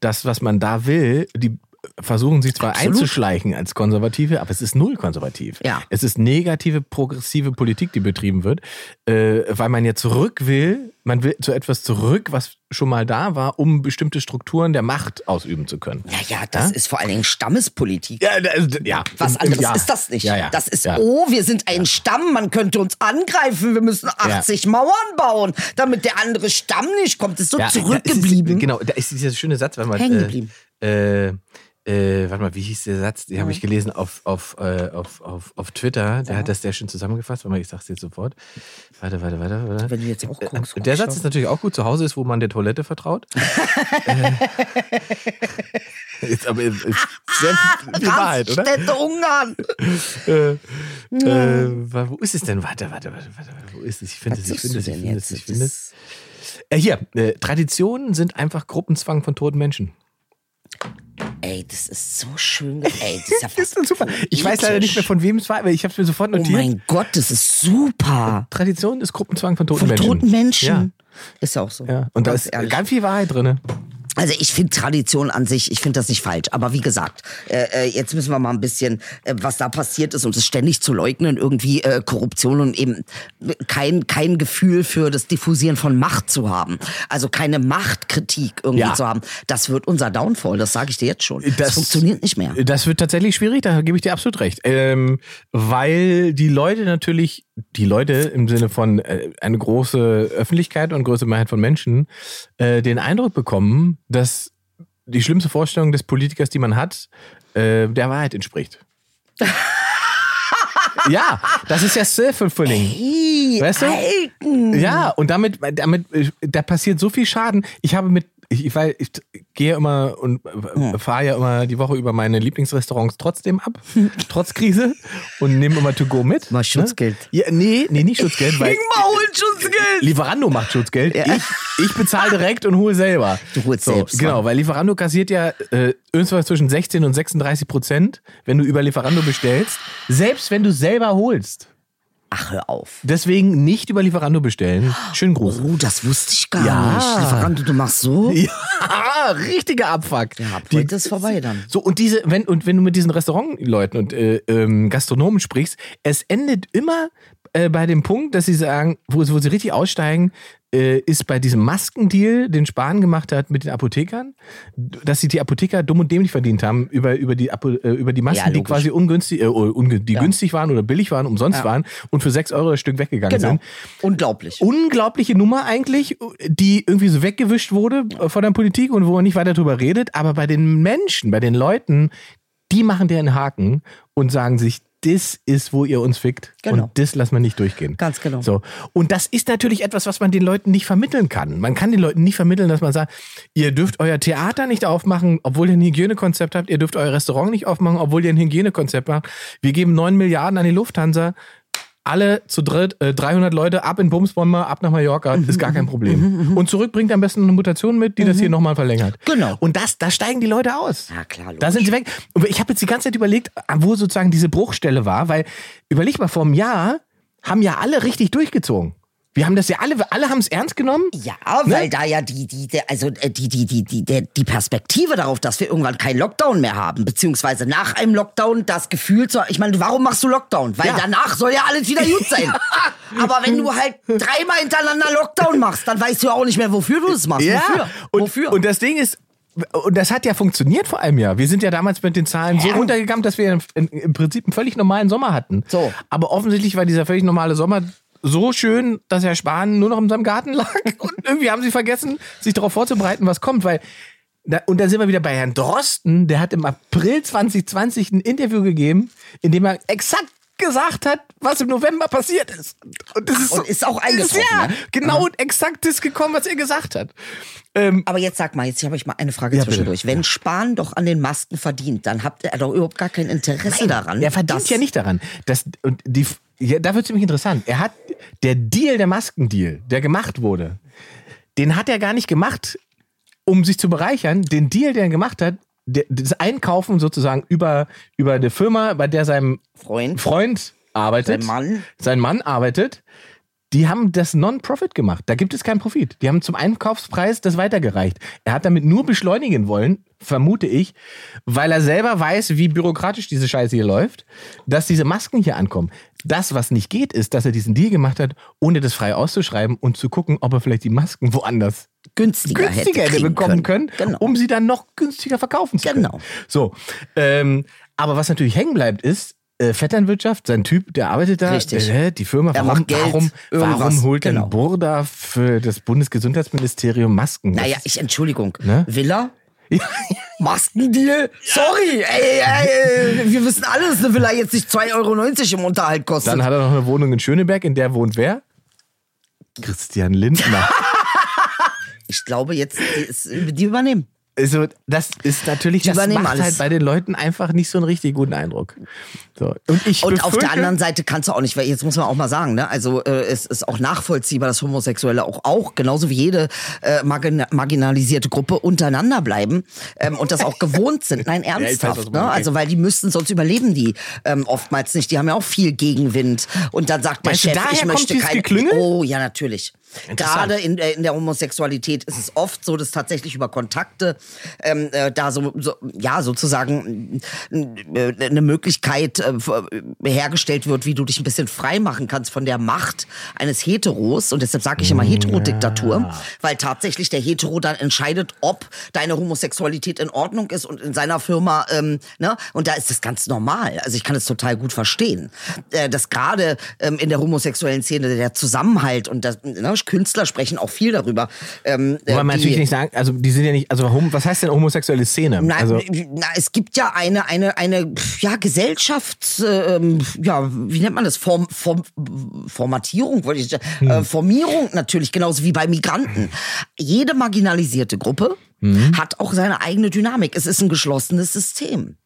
S2: Das, was man da will, die versuchen sich zwar einzuschleichen als Konservative, aber es ist null konservativ.
S4: Ja.
S2: Es ist negative progressive Politik, die betrieben wird, äh, weil man ja zurück will. Man will zu etwas zurück, was schon mal da war, um bestimmte Strukturen der Macht ausüben zu können.
S4: Ja, ja, das ist vor allen Dingen Stammespolitik.
S2: Ja, also, ja.
S4: Was anderes
S2: Ja.
S4: ist das nicht.
S2: Ja, ja.
S4: Das ist,
S2: ja.
S4: oh, wir sind ein Stamm, man könnte uns angreifen, wir müssen 80 Mauern bauen, damit der andere Stamm nicht kommt. Das ist so
S2: Ja, Da ist,
S4: zurückgeblieben.
S2: genau, da ist dieser schöne Satz, wenn man.
S4: Hängen geblieben.
S2: Äh, äh, warte mal, wie hieß der Satz? Den habe ich gelesen auf, auf, äh, auf, auf, auf Twitter. Der hat das sehr schön zusammengefasst. Warte mal, ich sag's dir sofort. Warte, warte, warte. warte.
S4: Wenn du jetzt auch guckst,
S2: Äh, der
S4: guck
S2: Satz ist natürlich auch gut. Zu Hause ist, wo man der Toilette vertraut. äh, jetzt aber äh,
S4: Ah,
S2: sehr viel Wahrheit, oder?
S4: Raststätte Ungarn.
S2: Äh, äh, wa- wo ist es denn? Warte, warte, warte, warte. warte, Wo ist es? Ich finde
S4: Was
S2: es, ich finde
S4: suchst du
S2: es, ich
S4: denn
S2: finde es,
S4: jetzt?
S2: ich finde es. Äh, hier, äh, Traditionen sind einfach Gruppenzwang von toten Menschen.
S4: Ey, das ist so schön. ge- Ey, das ist ja fast
S2: Ich weiß leider nicht mehr, von wem es war, aber ich habe es mir sofort
S4: Oh
S2: notiert.
S4: mein Gott, das ist super.
S2: Tradition ist Gruppenzwang von toten
S4: Von
S2: Menschen.
S4: toten Menschen.
S2: Ja.
S4: Ist ja auch so.
S2: Ja, und da
S4: Ganz
S2: ist äh,
S4: ehrlich.
S2: ganz viel Wahrheit drin.
S4: Also ich finde Tradition an sich, ich finde das nicht falsch. Aber wie gesagt, äh, äh, jetzt müssen wir mal ein bisschen, äh, was da passiert ist und es ständig zu leugnen, irgendwie äh, Korruption und eben kein, kein Gefühl für das Diffusieren von Macht zu haben. Also keine Machtkritik irgendwie
S2: Ja.
S4: zu haben. Das wird unser Downfall, das sage ich dir jetzt schon. Das,
S2: Das- Äh,
S4: funktioniert nicht mehr.
S2: Das wird tatsächlich schwierig, da gebe ich dir absolut recht. Ähm, weil die Leute natürlich, die Leute im Sinne von äh, eine große Öffentlichkeit und große Mehrheit von Menschen, äh, den Eindruck bekommen, dass die schlimmste Vorstellung des Politikers, die man hat, äh, der Wahrheit entspricht. ja, das ist ja Self-Fulfilling.
S4: Ih,
S2: Weißt du?
S4: Alten.
S2: Ja, und damit, damit, äh, da passiert so viel Schaden. Ich habe mit, ich, ich, weil ich gehe immer und äh, fahre ja immer die Woche über meine Lieblingsrestaurants trotzdem ab, trotz Krise und nehme immer to go mit.
S4: Mal Schutzgeld.
S2: Ne? Ja, nee, nee, nicht Schutzgeld, weil
S4: Ging mal holen Schutzgeld.
S2: Lieferando macht Schutzgeld. Ich, ich bezahle direkt und hole selber.
S4: Du holst
S2: so,
S4: selbst,
S2: Genau, weil Lieferando kassiert ja äh, irgendwas zwischen 16 und 36 Prozent, wenn du über Lieferando bestellst, selbst wenn du selber holst.
S4: Ach, hör auf.
S2: Deswegen nicht über Lieferando bestellen. Schönen Gruß.
S4: Oh, das wusste ich gar
S2: Ja.
S4: nicht. Lieferant, du machst so?
S2: Ja, richtiger Abfuck. Ja,
S4: ab heute ist vorbei dann.
S2: So, und diese, wenn, und wenn du mit diesen Restaurantleuten und äh, ähm, Gastronomen sprichst, es endet immer äh, bei dem Punkt, dass sie sagen, wo, wo sie richtig aussteigen, äh, ist bei diesem Maskendeal, den Spahn gemacht hat mit den Apothekern, dass sie die Apotheker dumm und dämlich verdient haben über, über, die, Apo, äh, über die Masken,
S4: Ja,
S2: die
S4: logisch.
S2: quasi ungünstig, äh, unge- die günstig waren oder billig waren, umsonst waren und für 6 Euro das Stück weggegangen
S4: Genau.
S2: sind
S4: Unglaublich.
S2: Oh. unglaubliche Nummer eigentlich, die irgendwie so weggewischt wurde äh, von der Politik und wo man nicht weiter drüber redet. Aber bei den Menschen, bei den Leuten, die machen deren Haken und sagen sich, das ist, wo ihr uns fickt.
S4: Genau.
S2: Und das lassen wir nicht durchgehen.
S4: Ganz genau.
S2: So. Und das ist natürlich etwas, was man den Leuten nicht vermitteln kann. Man kann den Leuten nicht vermitteln, dass man sagt, ihr dürft euer Theater nicht aufmachen, obwohl ihr ein Hygienekonzept habt. Ihr dürft euer Restaurant nicht aufmachen, obwohl ihr ein Hygienekonzept habt. Wir geben 9 Milliarden an die Lufthansa alle zu dritt, äh, 300 Leute ab in Bumsbomber, ab nach Mallorca,
S4: Mhm.
S2: ist gar kein Problem. Und zurück bringt am besten eine Mutation mit, die das hier nochmal verlängert.
S4: Mhm. Genau.
S2: Und das, da steigen die Leute aus.
S4: Ja, klar, logisch.
S2: Da sind sie weg. Und ich habe jetzt die ganze Zeit überlegt, wo sozusagen diese Bruchstelle war, weil überleg mal, vor einem Jahr haben ja alle richtig durchgezogen. Wir haben das ja alle, alle haben es ernst genommen.
S4: Ja,
S2: Ne?
S4: weil da ja die, die, der- also äh, die, die, die, die, der- die Perspektive darauf, dass wir irgendwann keinen Lockdown mehr haben, beziehungsweise nach einem Lockdown das Gefühl zu, ich meine, warum machst du Lockdown? Weil
S2: Ja.
S4: danach soll ja alles wieder gut sein. Aber wenn du halt dreimal hintereinander Lockdown machst, dann weißt du ja auch nicht mehr, wofür du es machst. Wofür?
S2: Und,
S4: wofür?
S2: und das Ding ist, Und das hat ja funktioniert vor einem Jahr. Wir sind ja damals mit den Zahlen so
S4: Ja.
S2: runtergegangen, dass wir im- im Prinzip einen völlig normalen Sommer hatten.
S4: So.
S2: Aber offensichtlich war dieser völlig normale Sommer so schön, dass Herr Spahn nur noch in seinem Garten lag. Und irgendwie haben sie vergessen, sich darauf vorzubereiten, was kommt. Weil, da, und da sind wir wieder bei Herrn Drosten, der hat im April 2020 ein Interview gegeben, in dem er exakt gesagt hat, was im November passiert ist. Und, das ist,
S4: Und ist auch eingetroffen,
S2: Ja,
S4: ne?
S2: genau exakt das gekommen, was er gesagt hat.
S4: Aber jetzt sag mal, jetzt habe ich mal eine Frage
S2: Ja, bitte.
S4: zwischendurch. Wenn Spahn doch an den Masken verdient, dann habt ihr doch überhaupt gar kein Interesse daran.
S2: Er verdient
S4: dass-
S2: ja nicht daran. Das, und die, ja, da wird es nämlich interessant. Er hat der Deal, der Maskendeal, der gemacht wurde, den hat er gar nicht gemacht, um sich zu bereichern. Den Deal, den er gemacht hat, der, das Einkaufen sozusagen über, über eine Firma, bei der seinem
S4: Freund.
S2: Freund arbeitet,
S4: Sein Mann.
S2: sein Mann arbeitet, die haben das Non-Profit gemacht. Da gibt es keinen Profit. Die haben zum Einkaufspreis das weitergereicht. Er hat damit nur beschleunigen wollen, vermute ich, weil er selber weiß, wie bürokratisch diese Scheiße hier läuft, dass diese Masken hier ankommen. Das, was nicht geht, ist, dass er diesen Deal gemacht hat, ohne das frei auszuschreiben und zu gucken, ob er vielleicht die Masken woanders
S4: günstiger,
S2: günstiger hätte
S4: kriegen
S2: bekommen können,
S4: Genau.
S2: um sie dann noch günstiger verkaufen zu können.
S4: Genau.
S2: So, ähm, aber was natürlich hängen bleibt, ist äh, Vetternwirtschaft, sein Typ, der arbeitet da,
S4: Richtig.
S2: äh, die Firma,
S4: Er
S2: warum,
S4: macht Geld,
S2: warum, warum
S4: irgendwas,
S2: holt denn
S4: genau.
S2: Burda für das Bundesgesundheitsministerium Masken? Das
S4: naja,
S2: ist-
S4: ich Entschuldigung.
S2: Ne?
S4: Villa? Maskendeal? Sorry, ey, ey, ey, wir wissen alle, dass eine Villa jetzt nicht 2,90 Euro im Unterhalt kostet.
S2: dann hat er noch eine Wohnung in Schöneberg, in der wohnt wer? Christian Lindner.
S4: ich glaube, jetzt die, ist, die übernehmen.
S2: Also, das ist natürlich,
S4: Die
S2: das macht
S4: übernehmen
S2: halt
S4: alles.
S2: bei den Leuten einfach nicht so einen richtig guten Eindruck. So. Und, ich
S4: Und auf
S2: befürchte-
S4: der anderen Seite kannst du auch nicht, weil jetzt muss man auch mal sagen, ne? also äh, es ist auch nachvollziehbar, dass Homosexuelle auch, auch genauso wie jede äh, margin marginalisierte Gruppe untereinander bleiben ähm, und das auch gewohnt sind. Nein,
S2: weiß, was
S4: ernsthaft.
S2: du
S4: ne?
S2: meinst.
S4: Also weil die müssten, sonst überleben die ähm, oftmals nicht. Die haben ja auch viel Gegenwind. Und dann sagt der
S2: Meinst du,
S4: Chef,
S2: daher
S4: ich
S2: kommt
S4: möchte
S2: dieses
S4: keine...
S2: Geklüngel?
S4: Oh, ja, natürlich.
S2: Interessant.
S4: Gerade in, äh, in der Homosexualität ist es oft so, dass tatsächlich über Kontakte ähm, äh, da so, so, ja, sozusagen äh, eine Möglichkeit äh, ver- hergestellt wird, wie du dich ein bisschen frei machen kannst von der Macht eines Heteros. Und deshalb sage ich immer Heterodiktatur, weil tatsächlich der Hetero dann entscheidet, ob deine Homosexualität in Ordnung ist und in seiner Firma, ähm, ne? Und da ist das ganz normal. Also ich kann es total gut verstehen, äh, dass gerade ähm, in der homosexuellen Szene der Zusammenhalt und das, ne, Künstler sprechen auch viel darüber. Ähm, äh,
S2: Wobei man
S4: die-
S2: natürlich nicht sagen, also die sind ja nicht, also hom- was heißt denn homosexuelle Szene?
S4: Nein,
S2: also,
S4: na, es gibt ja eine, eine, eine pf, ja, Gesellschafts, ähm, ja, wie nennt man das? Form, Form, Formatierung, wollte ich sagen. Äh, Formierung natürlich, genauso wie bei Migranten. Jede marginalisierte Gruppe hat auch seine eigene Dynamik. Es ist ein geschlossenes System.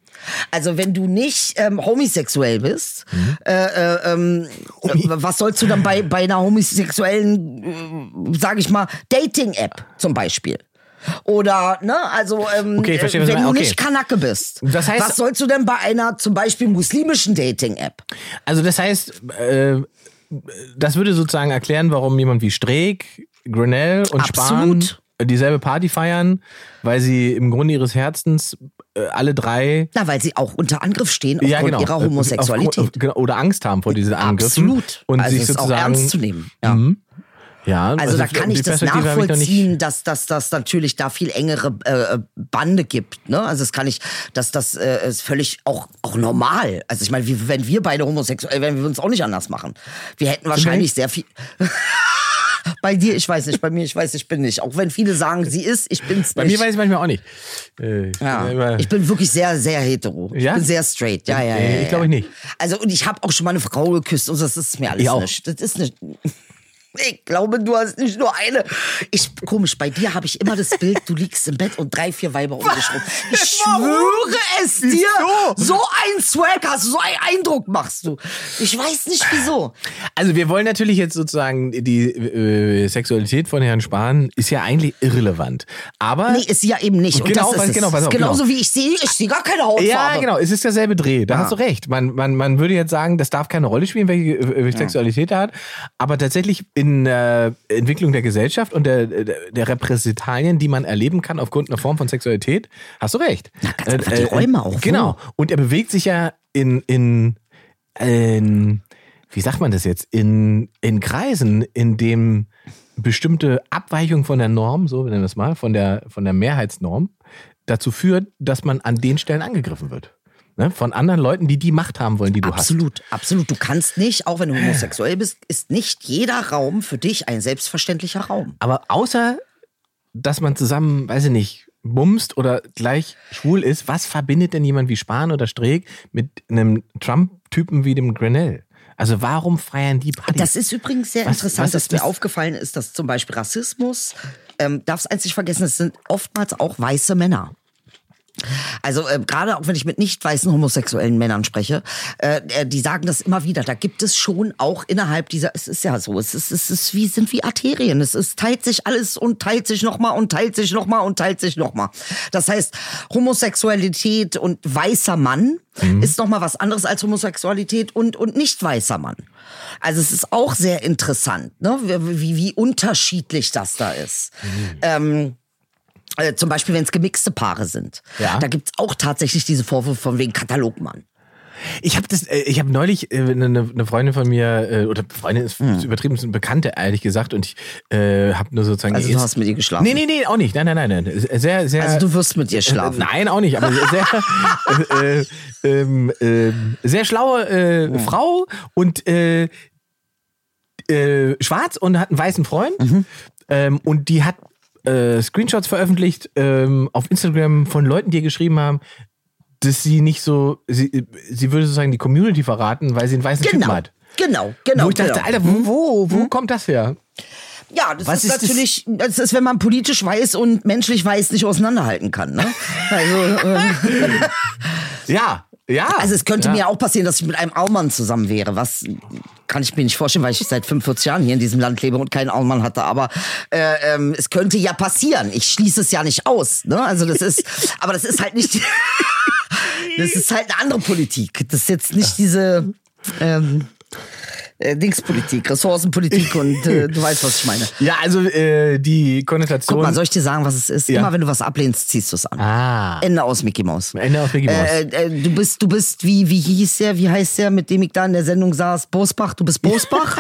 S4: Also wenn du nicht ähm, homosexuell bist, äh, äh, ähm, äh, was sollst du dann bei, bei einer homosexuellen, äh, sage ich mal, Dating-App zum Beispiel? Oder, ne, also, ähm,
S2: Okay, ich verstehe, was
S4: äh,
S2: du
S4: wenn du
S2: meinst. Okay.
S4: nicht Kanake bist,
S2: Das heißt-
S4: was sollst du denn bei einer zum Beispiel muslimischen Dating-App?
S2: also das heißt, äh, das würde sozusagen erklären, warum jemand wie Streeck, Grenell und
S4: Absolut.
S2: Spahn dieselbe Party feiern, weil sie im Grunde ihres Herzens äh, alle drei genau, äh,
S4: Na, weil sie auch unter Angriff stehen aufgrund ihrer
S2: Auf- auf-
S4: Homosexualität.
S2: genau, oder Angst haben vor diesen Angriffen.
S4: Absolut.
S2: Und
S4: also
S2: sich
S4: es ist auch
S2: sozusagen,
S4: ernst zu nehmen. Ja.
S2: Ja,
S4: Also, da kann
S2: um die
S4: ich das
S2: Perspektive habe ich noch nicht-
S4: nachvollziehen, dass dass das natürlich da viel engere äh, Bande gibt. Ne? Also das kann ich, dass das äh, ist völlig auch auch normal. Also ich meine, wie, wenn wir beide homosexuell wären, wir würden es auch nicht anders machen. Wir hätten wahrscheinlich sehr viel. bei dir, ich weiß nicht, bei mir, ich weiß, ich bin nicht. Auch wenn viele sagen, sie ist, ich bin's
S2: Bei
S4: nicht.
S2: mir weiß ich manchmal auch nicht. Äh, ich bin
S4: Ja.
S2: immer-
S4: Ah. Ich bin wirklich sehr, sehr hetero.
S2: Ja?
S4: Ich bin sehr straight. Ja, ja, ja.
S2: Nee, ich
S4: ja.
S2: glaube nicht.
S4: Also, und ich habe auch schon mal eine Frau geküsst und das ist mir alles
S2: Ich auch.
S4: nicht. Das ist nicht. Ich glaube, du hast nicht nur eine. Ich, komisch, bei dir habe ich immer das Bild, du liegst im Bett und drei, vier Weiber um dich rum. Ich schwöre es dir, so ein Swag hast du, so einen Eindruck machst du. Ich weiß nicht wieso.
S2: Also wir wollen natürlich jetzt sozusagen die äh, Sexualität von Herrn Spahn ist ja eigentlich irrelevant. Aber
S4: Nee, ist sie ja eben nicht. Und
S2: Äh, Genau,
S4: das
S2: pass-
S4: ist
S2: genau,
S4: es.
S2: pass auf,
S4: Genauso
S2: genau.
S4: wie ich sehe, ich sehe gar keine Hautfarbe.
S2: ja, genau, es ist derselbe Dreh. Da
S4: Ah.
S2: hast du recht. Man, man, man würde jetzt sagen, das darf keine Rolle spielen, welche äh, Sexualität er hat. Aber tatsächlich in der Entwicklung der Gesellschaft und der, der, der Repräsentalien, die man erleben kann aufgrund einer Form von Sexualität, hast du recht. Na,
S4: ganz einfach die Räume auch, ne?
S2: Genau. Und er bewegt sich ja in, in, in wie sagt man das jetzt? In, in Kreisen, in dem bestimmte Abweichung von der Norm, so nennen wir es mal, von der, von der Mehrheitsnorm, dazu führt, dass man an den Stellen angegriffen wird. Ne? Von anderen Leuten, die die Macht haben wollen, die du
S4: Absolut, absolut. Du kannst nicht, auch wenn du homosexuell bist, ist nicht jeder Raum für dich ein selbstverständlicher Raum.
S2: hast. Aber außer, dass man zusammen, weiß ich nicht, bumst oder gleich schwul ist, was verbindet denn jemand wie Spahn oder Streeck mit einem Trump-Typen wie dem Grenell? Also warum feiern die Partys?
S4: Das ist übrigens sehr
S2: Was-
S4: interessant,
S2: was
S4: dass
S2: ist
S4: mir
S2: das?
S4: aufgefallen ist, dass zum Beispiel Rassismus, ähm, darfst eins nicht vergessen, es sind oftmals auch weiße Männer. Also ähm, gerade auch wenn ich mit nicht weißen homosexuellen Männern spreche, äh, äh, die sagen das immer wieder. Da gibt es schon auch innerhalb dieser, es ist ja so, es ist, es ist wie sind wie Arterien. Es ist teilt sich alles und teilt sich nochmal und teilt sich nochmal und teilt sich nochmal. Das heißt, Homosexualität und weißer Mann ist nochmal was anderes als Homosexualität und und nicht weißer Mann. Also es ist auch sehr interessant, ne? wie, wie, wie unterschiedlich das da ist. Ähm, äh, zum Beispiel, wenn es gemixte Paare sind.
S2: Ja.
S4: Da gibt's auch tatsächlich diese Vorwürfe von wegen Katalogmann.
S2: Ich habe das, äh, ich habe neulich äh, eine, eine Freundin von mir äh, oder Freundin ist
S4: Hm.
S2: ist übertrieben, ist eine Bekannte ehrlich gesagt und ich äh, habe nur sozusagen.
S4: Also du
S2: Inst-
S4: hast mit ihr geschlafen.
S2: Nee, nee, nee, auch nicht. Nein, nein, nein, nein. Sehr, sehr.
S4: Also du wirst
S2: Äh,
S4: mit ihr schlafen.
S2: Nein, auch nicht, aber sehr, äh, ähm, ähm, sehr schlaue äh,
S4: Mhm.
S2: Frau und äh, äh, schwarz und hat einen weißen Freund.
S4: Mhm.
S2: Ähm, und die hat äh, Screenshots veröffentlicht ähm, auf Instagram von Leuten, die ihr geschrieben haben, dass sie nicht so, sie, sie würde sozusagen die Community verraten, weil sie einen weißen Typen
S4: Genau.
S2: hat.
S4: Genau, genau.
S2: Wo ich dachte,
S4: genau. Mhm.
S2: Alter, wo, wo, wo kommt das her?
S4: ja, das
S2: was
S4: ist,
S2: ist das?
S4: natürlich, das? ist, wenn man politisch weiß und menschlich weiß nicht auseinanderhalten kann. Ne? Also, ähm,
S2: Ja, ja.
S4: also es könnte
S2: ja.
S4: mir auch passieren, dass ich mit einem Aumann zusammen wäre. Was kann ich mir nicht vorstellen, weil ich seit 45 Jahren hier in diesem Land lebe und keinen Aumann hatte. Aber äh, ähm, es könnte ja passieren. Ich schließe es ja nicht aus. Ne? Also das ist, aber das ist halt nicht. Das ist halt eine andere Politik. Das ist jetzt nicht diese ähm, äh, Dingspolitik, Ressourcenpolitik und äh, du weißt, was ich meine.
S2: Ja, also äh, die Konnotation.
S4: Guck mal, soll ich dir sagen, was es ist?
S2: Ja.
S4: Immer wenn du was ablehnst, ziehst du es an.
S2: ah.
S4: Ende aus Mickey Mouse.
S2: Ende aus Mickey Mouse.
S4: Äh, äh, du bist, du bist, wie, wie hieß der, wie heißt der, mit dem ich da in der Sendung saß? Bosbach, du bist Bosbach.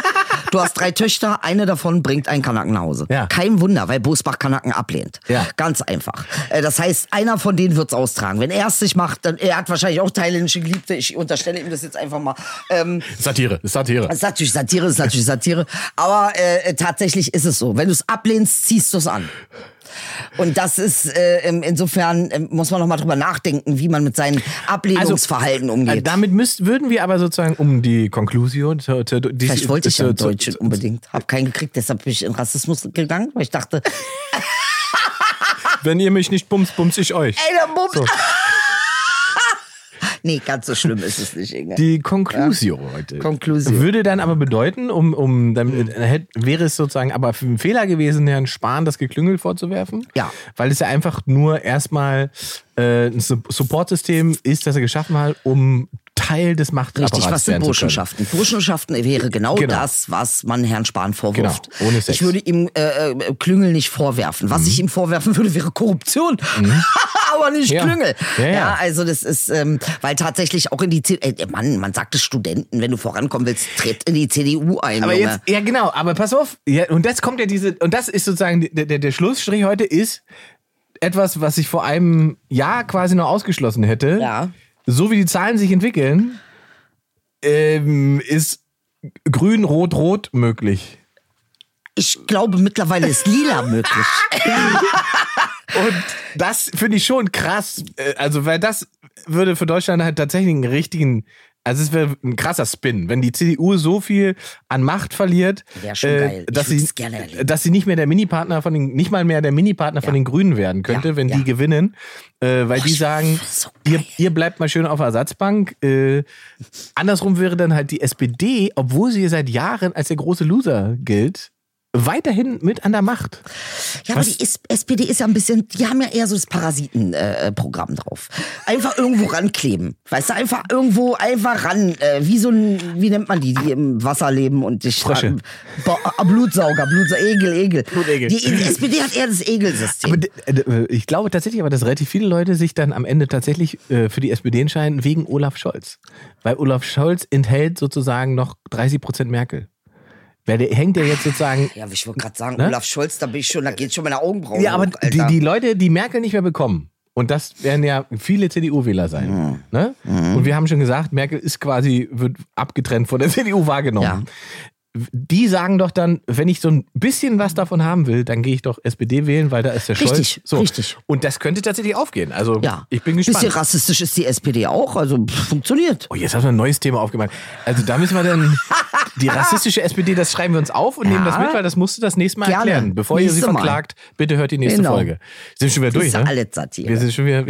S4: Du hast drei Töchter, eine davon bringt einen Kanaken nach Hause.
S2: Ja.
S4: Kein Wunder, weil Bosbach Kanaken ablehnt.
S2: Ja.
S4: Ganz einfach. Äh, Das heißt, einer von denen wird's austragen. Wenn er es sich macht, dann er hat wahrscheinlich auch thailändische Geliebte. Ich unterstelle ihm das jetzt einfach mal. Ähm,
S2: Satire, Satire.
S4: das ist natürlich Satire, ist natürlich Satire. Aber äh, tatsächlich ist es so. Wenn du es ablehnst, ziehst du es an. Und das ist äh, ähm, insofern ähm, muss man noch mal drüber nachdenken, wie man mit seinem
S2: Also,
S4: Ablehnungsverhalten
S2: Äh,
S4: umgeht.
S2: Damit müsst, würden wir aber sozusagen um die Conclusio. zu- zu- die-
S4: Vielleicht wollte ich
S2: zu-
S4: ja
S2: zu-
S4: Deutsch
S2: zu-
S4: unbedingt, habe keinen gekriegt, deshalb bin ich in Rassismus gegangen, weil ich dachte,
S2: Wenn ihr mich nicht bumst, bumst ich euch.
S4: ey, der Bums.
S2: So.
S4: Nee, ganz so schlimm ist es nicht, Inge.
S2: Die Conclusio heute.
S4: Conclusio. Mhm.
S2: Würde dann aber bedeuten, um, um dann äh, hätt- wäre es sozusagen aber ein Fehler gewesen, Herrn Spahn das Geklüngel vorzuwerfen.
S4: Ja.
S2: Weil es ja einfach nur erstmal äh, ein Su- Supportsystem ist, das er geschaffen hat, um Teil des Machtapparates
S4: Richtig, was sind
S2: werden zu können.
S4: Burschenschaften? Burschenschaften wäre genau,
S2: Genau.
S4: das, was man Herrn Spahn vorwirft.
S2: Genau, ohne Sex. Mhm.
S4: Ich würde ihm äh, äh, Klüngel nicht vorwerfen. Was ich ihm vorwerfen würde, wäre Korruption. Aber nicht
S2: Ja.
S4: Klüngel.
S2: Ja, ja.
S4: also das ist, ähm, weil tatsächlich auch in die CDU, äh, Mann, man sagt es Studenten, wenn du vorankommen willst, tritt in die CDU ein.
S2: Aber
S4: Junge.
S2: jetzt, ja genau, aber pass auf, ja, und das kommt ja diese, und das ist sozusagen, der, der, der Schlussstrich heute ist etwas, was ich vor einem Jahr quasi noch ausgeschlossen hätte.
S4: Ja.
S2: So wie die Zahlen sich entwickeln, ähm, ist grün, rot, rot möglich.
S4: ich glaube, mittlerweile ist lila möglich.
S2: Und das finde ich schon krass. Äh, Also, weil das würde für Deutschland halt tatsächlich einen richtigen, also es wäre ein krasser Spin, wenn die CDU so viel an Macht verliert, äh,
S4: Wär schon geil. Ich
S2: dass,
S4: würd
S2: sie,
S4: das gerne erleben.
S2: dass sie nicht mehr der Mini-Partner von den, nicht mal mehr der Mini-Partner von den Grünen werden könnte,
S4: Ja,
S2: wenn
S4: ja.
S2: die gewinnen, äh, weil die
S4: ich
S2: sagen,
S4: find das so
S2: ihr, ihr bleibt mal schön auf Ersatzbank. Äh, andersrum wäre dann halt die SPD, obwohl sie seit Jahren als der große Loser gilt, weiterhin mit an der Macht.
S4: Ja, aber
S2: Was?
S4: die S- SPD ist ja ein bisschen, die haben ja eher so das Parasitenprogramm äh, Programm drauf. Einfach irgendwo rankleben. Weißt du, einfach irgendwo einfach ran. Äh, wie so ein, wie nennt man die, die im Wasser leben und dich.
S2: Frösche.
S4: Bo- ah, Blutsauger, Blutsauger, Egel, Egel.
S2: Blutegel.
S4: Die, die SPD hat eher das Egelsystem.
S2: Aber d- äh, ich glaube tatsächlich, aber dass relativ viele Leute sich dann am Ende tatsächlich äh, für die SPD entscheiden wegen Olaf Scholz. Weil Olaf Scholz enthält sozusagen noch 30 Prozent Merkel. Weil der hängt ja jetzt sozusagen.
S4: Ja, ich wollte gerade sagen,
S2: Ne?
S4: Olaf Scholz, da bin ich schon, da geht schon meine Augenbrauen.
S2: Ja, aber
S4: hoch,
S2: die,
S4: Alter.
S2: die Leute, die Merkel nicht mehr bekommen. Und das werden ja viele CDU-Wähler sein. Ne?
S4: Mhm.
S2: Und wir haben schon gesagt, Merkel ist quasi, wird abgetrennt von der CDU wahrgenommen. Die sagen doch dann, wenn ich so ein bisschen was davon haben will, dann gehe ich doch SPD wählen, weil da ist der
S4: Richtig,
S2: Scholz. So.
S4: richtig.
S2: Und das könnte tatsächlich aufgehen. Also
S4: ja.
S2: ich bin gespannt.
S4: Bisschen rassistisch ist die SPD auch, also pff, funktioniert.
S2: Oh, jetzt hast du ein neues Thema aufgemacht. Also da müssen wir dann die rassistische SPD, das schreiben wir uns auf und nehmen das mit, weil das musst du das nächste Mal
S4: Gerne.
S2: erklären. Bevor ihr
S4: Nächste
S2: sie
S4: Mal.
S2: verklagt, bitte hört die nächste
S4: Genau.
S2: Folge. Sind schon wieder
S4: Das
S2: durch,
S4: ist ja
S2: ne?
S4: alles Satire.
S2: Wir sind schon wieder.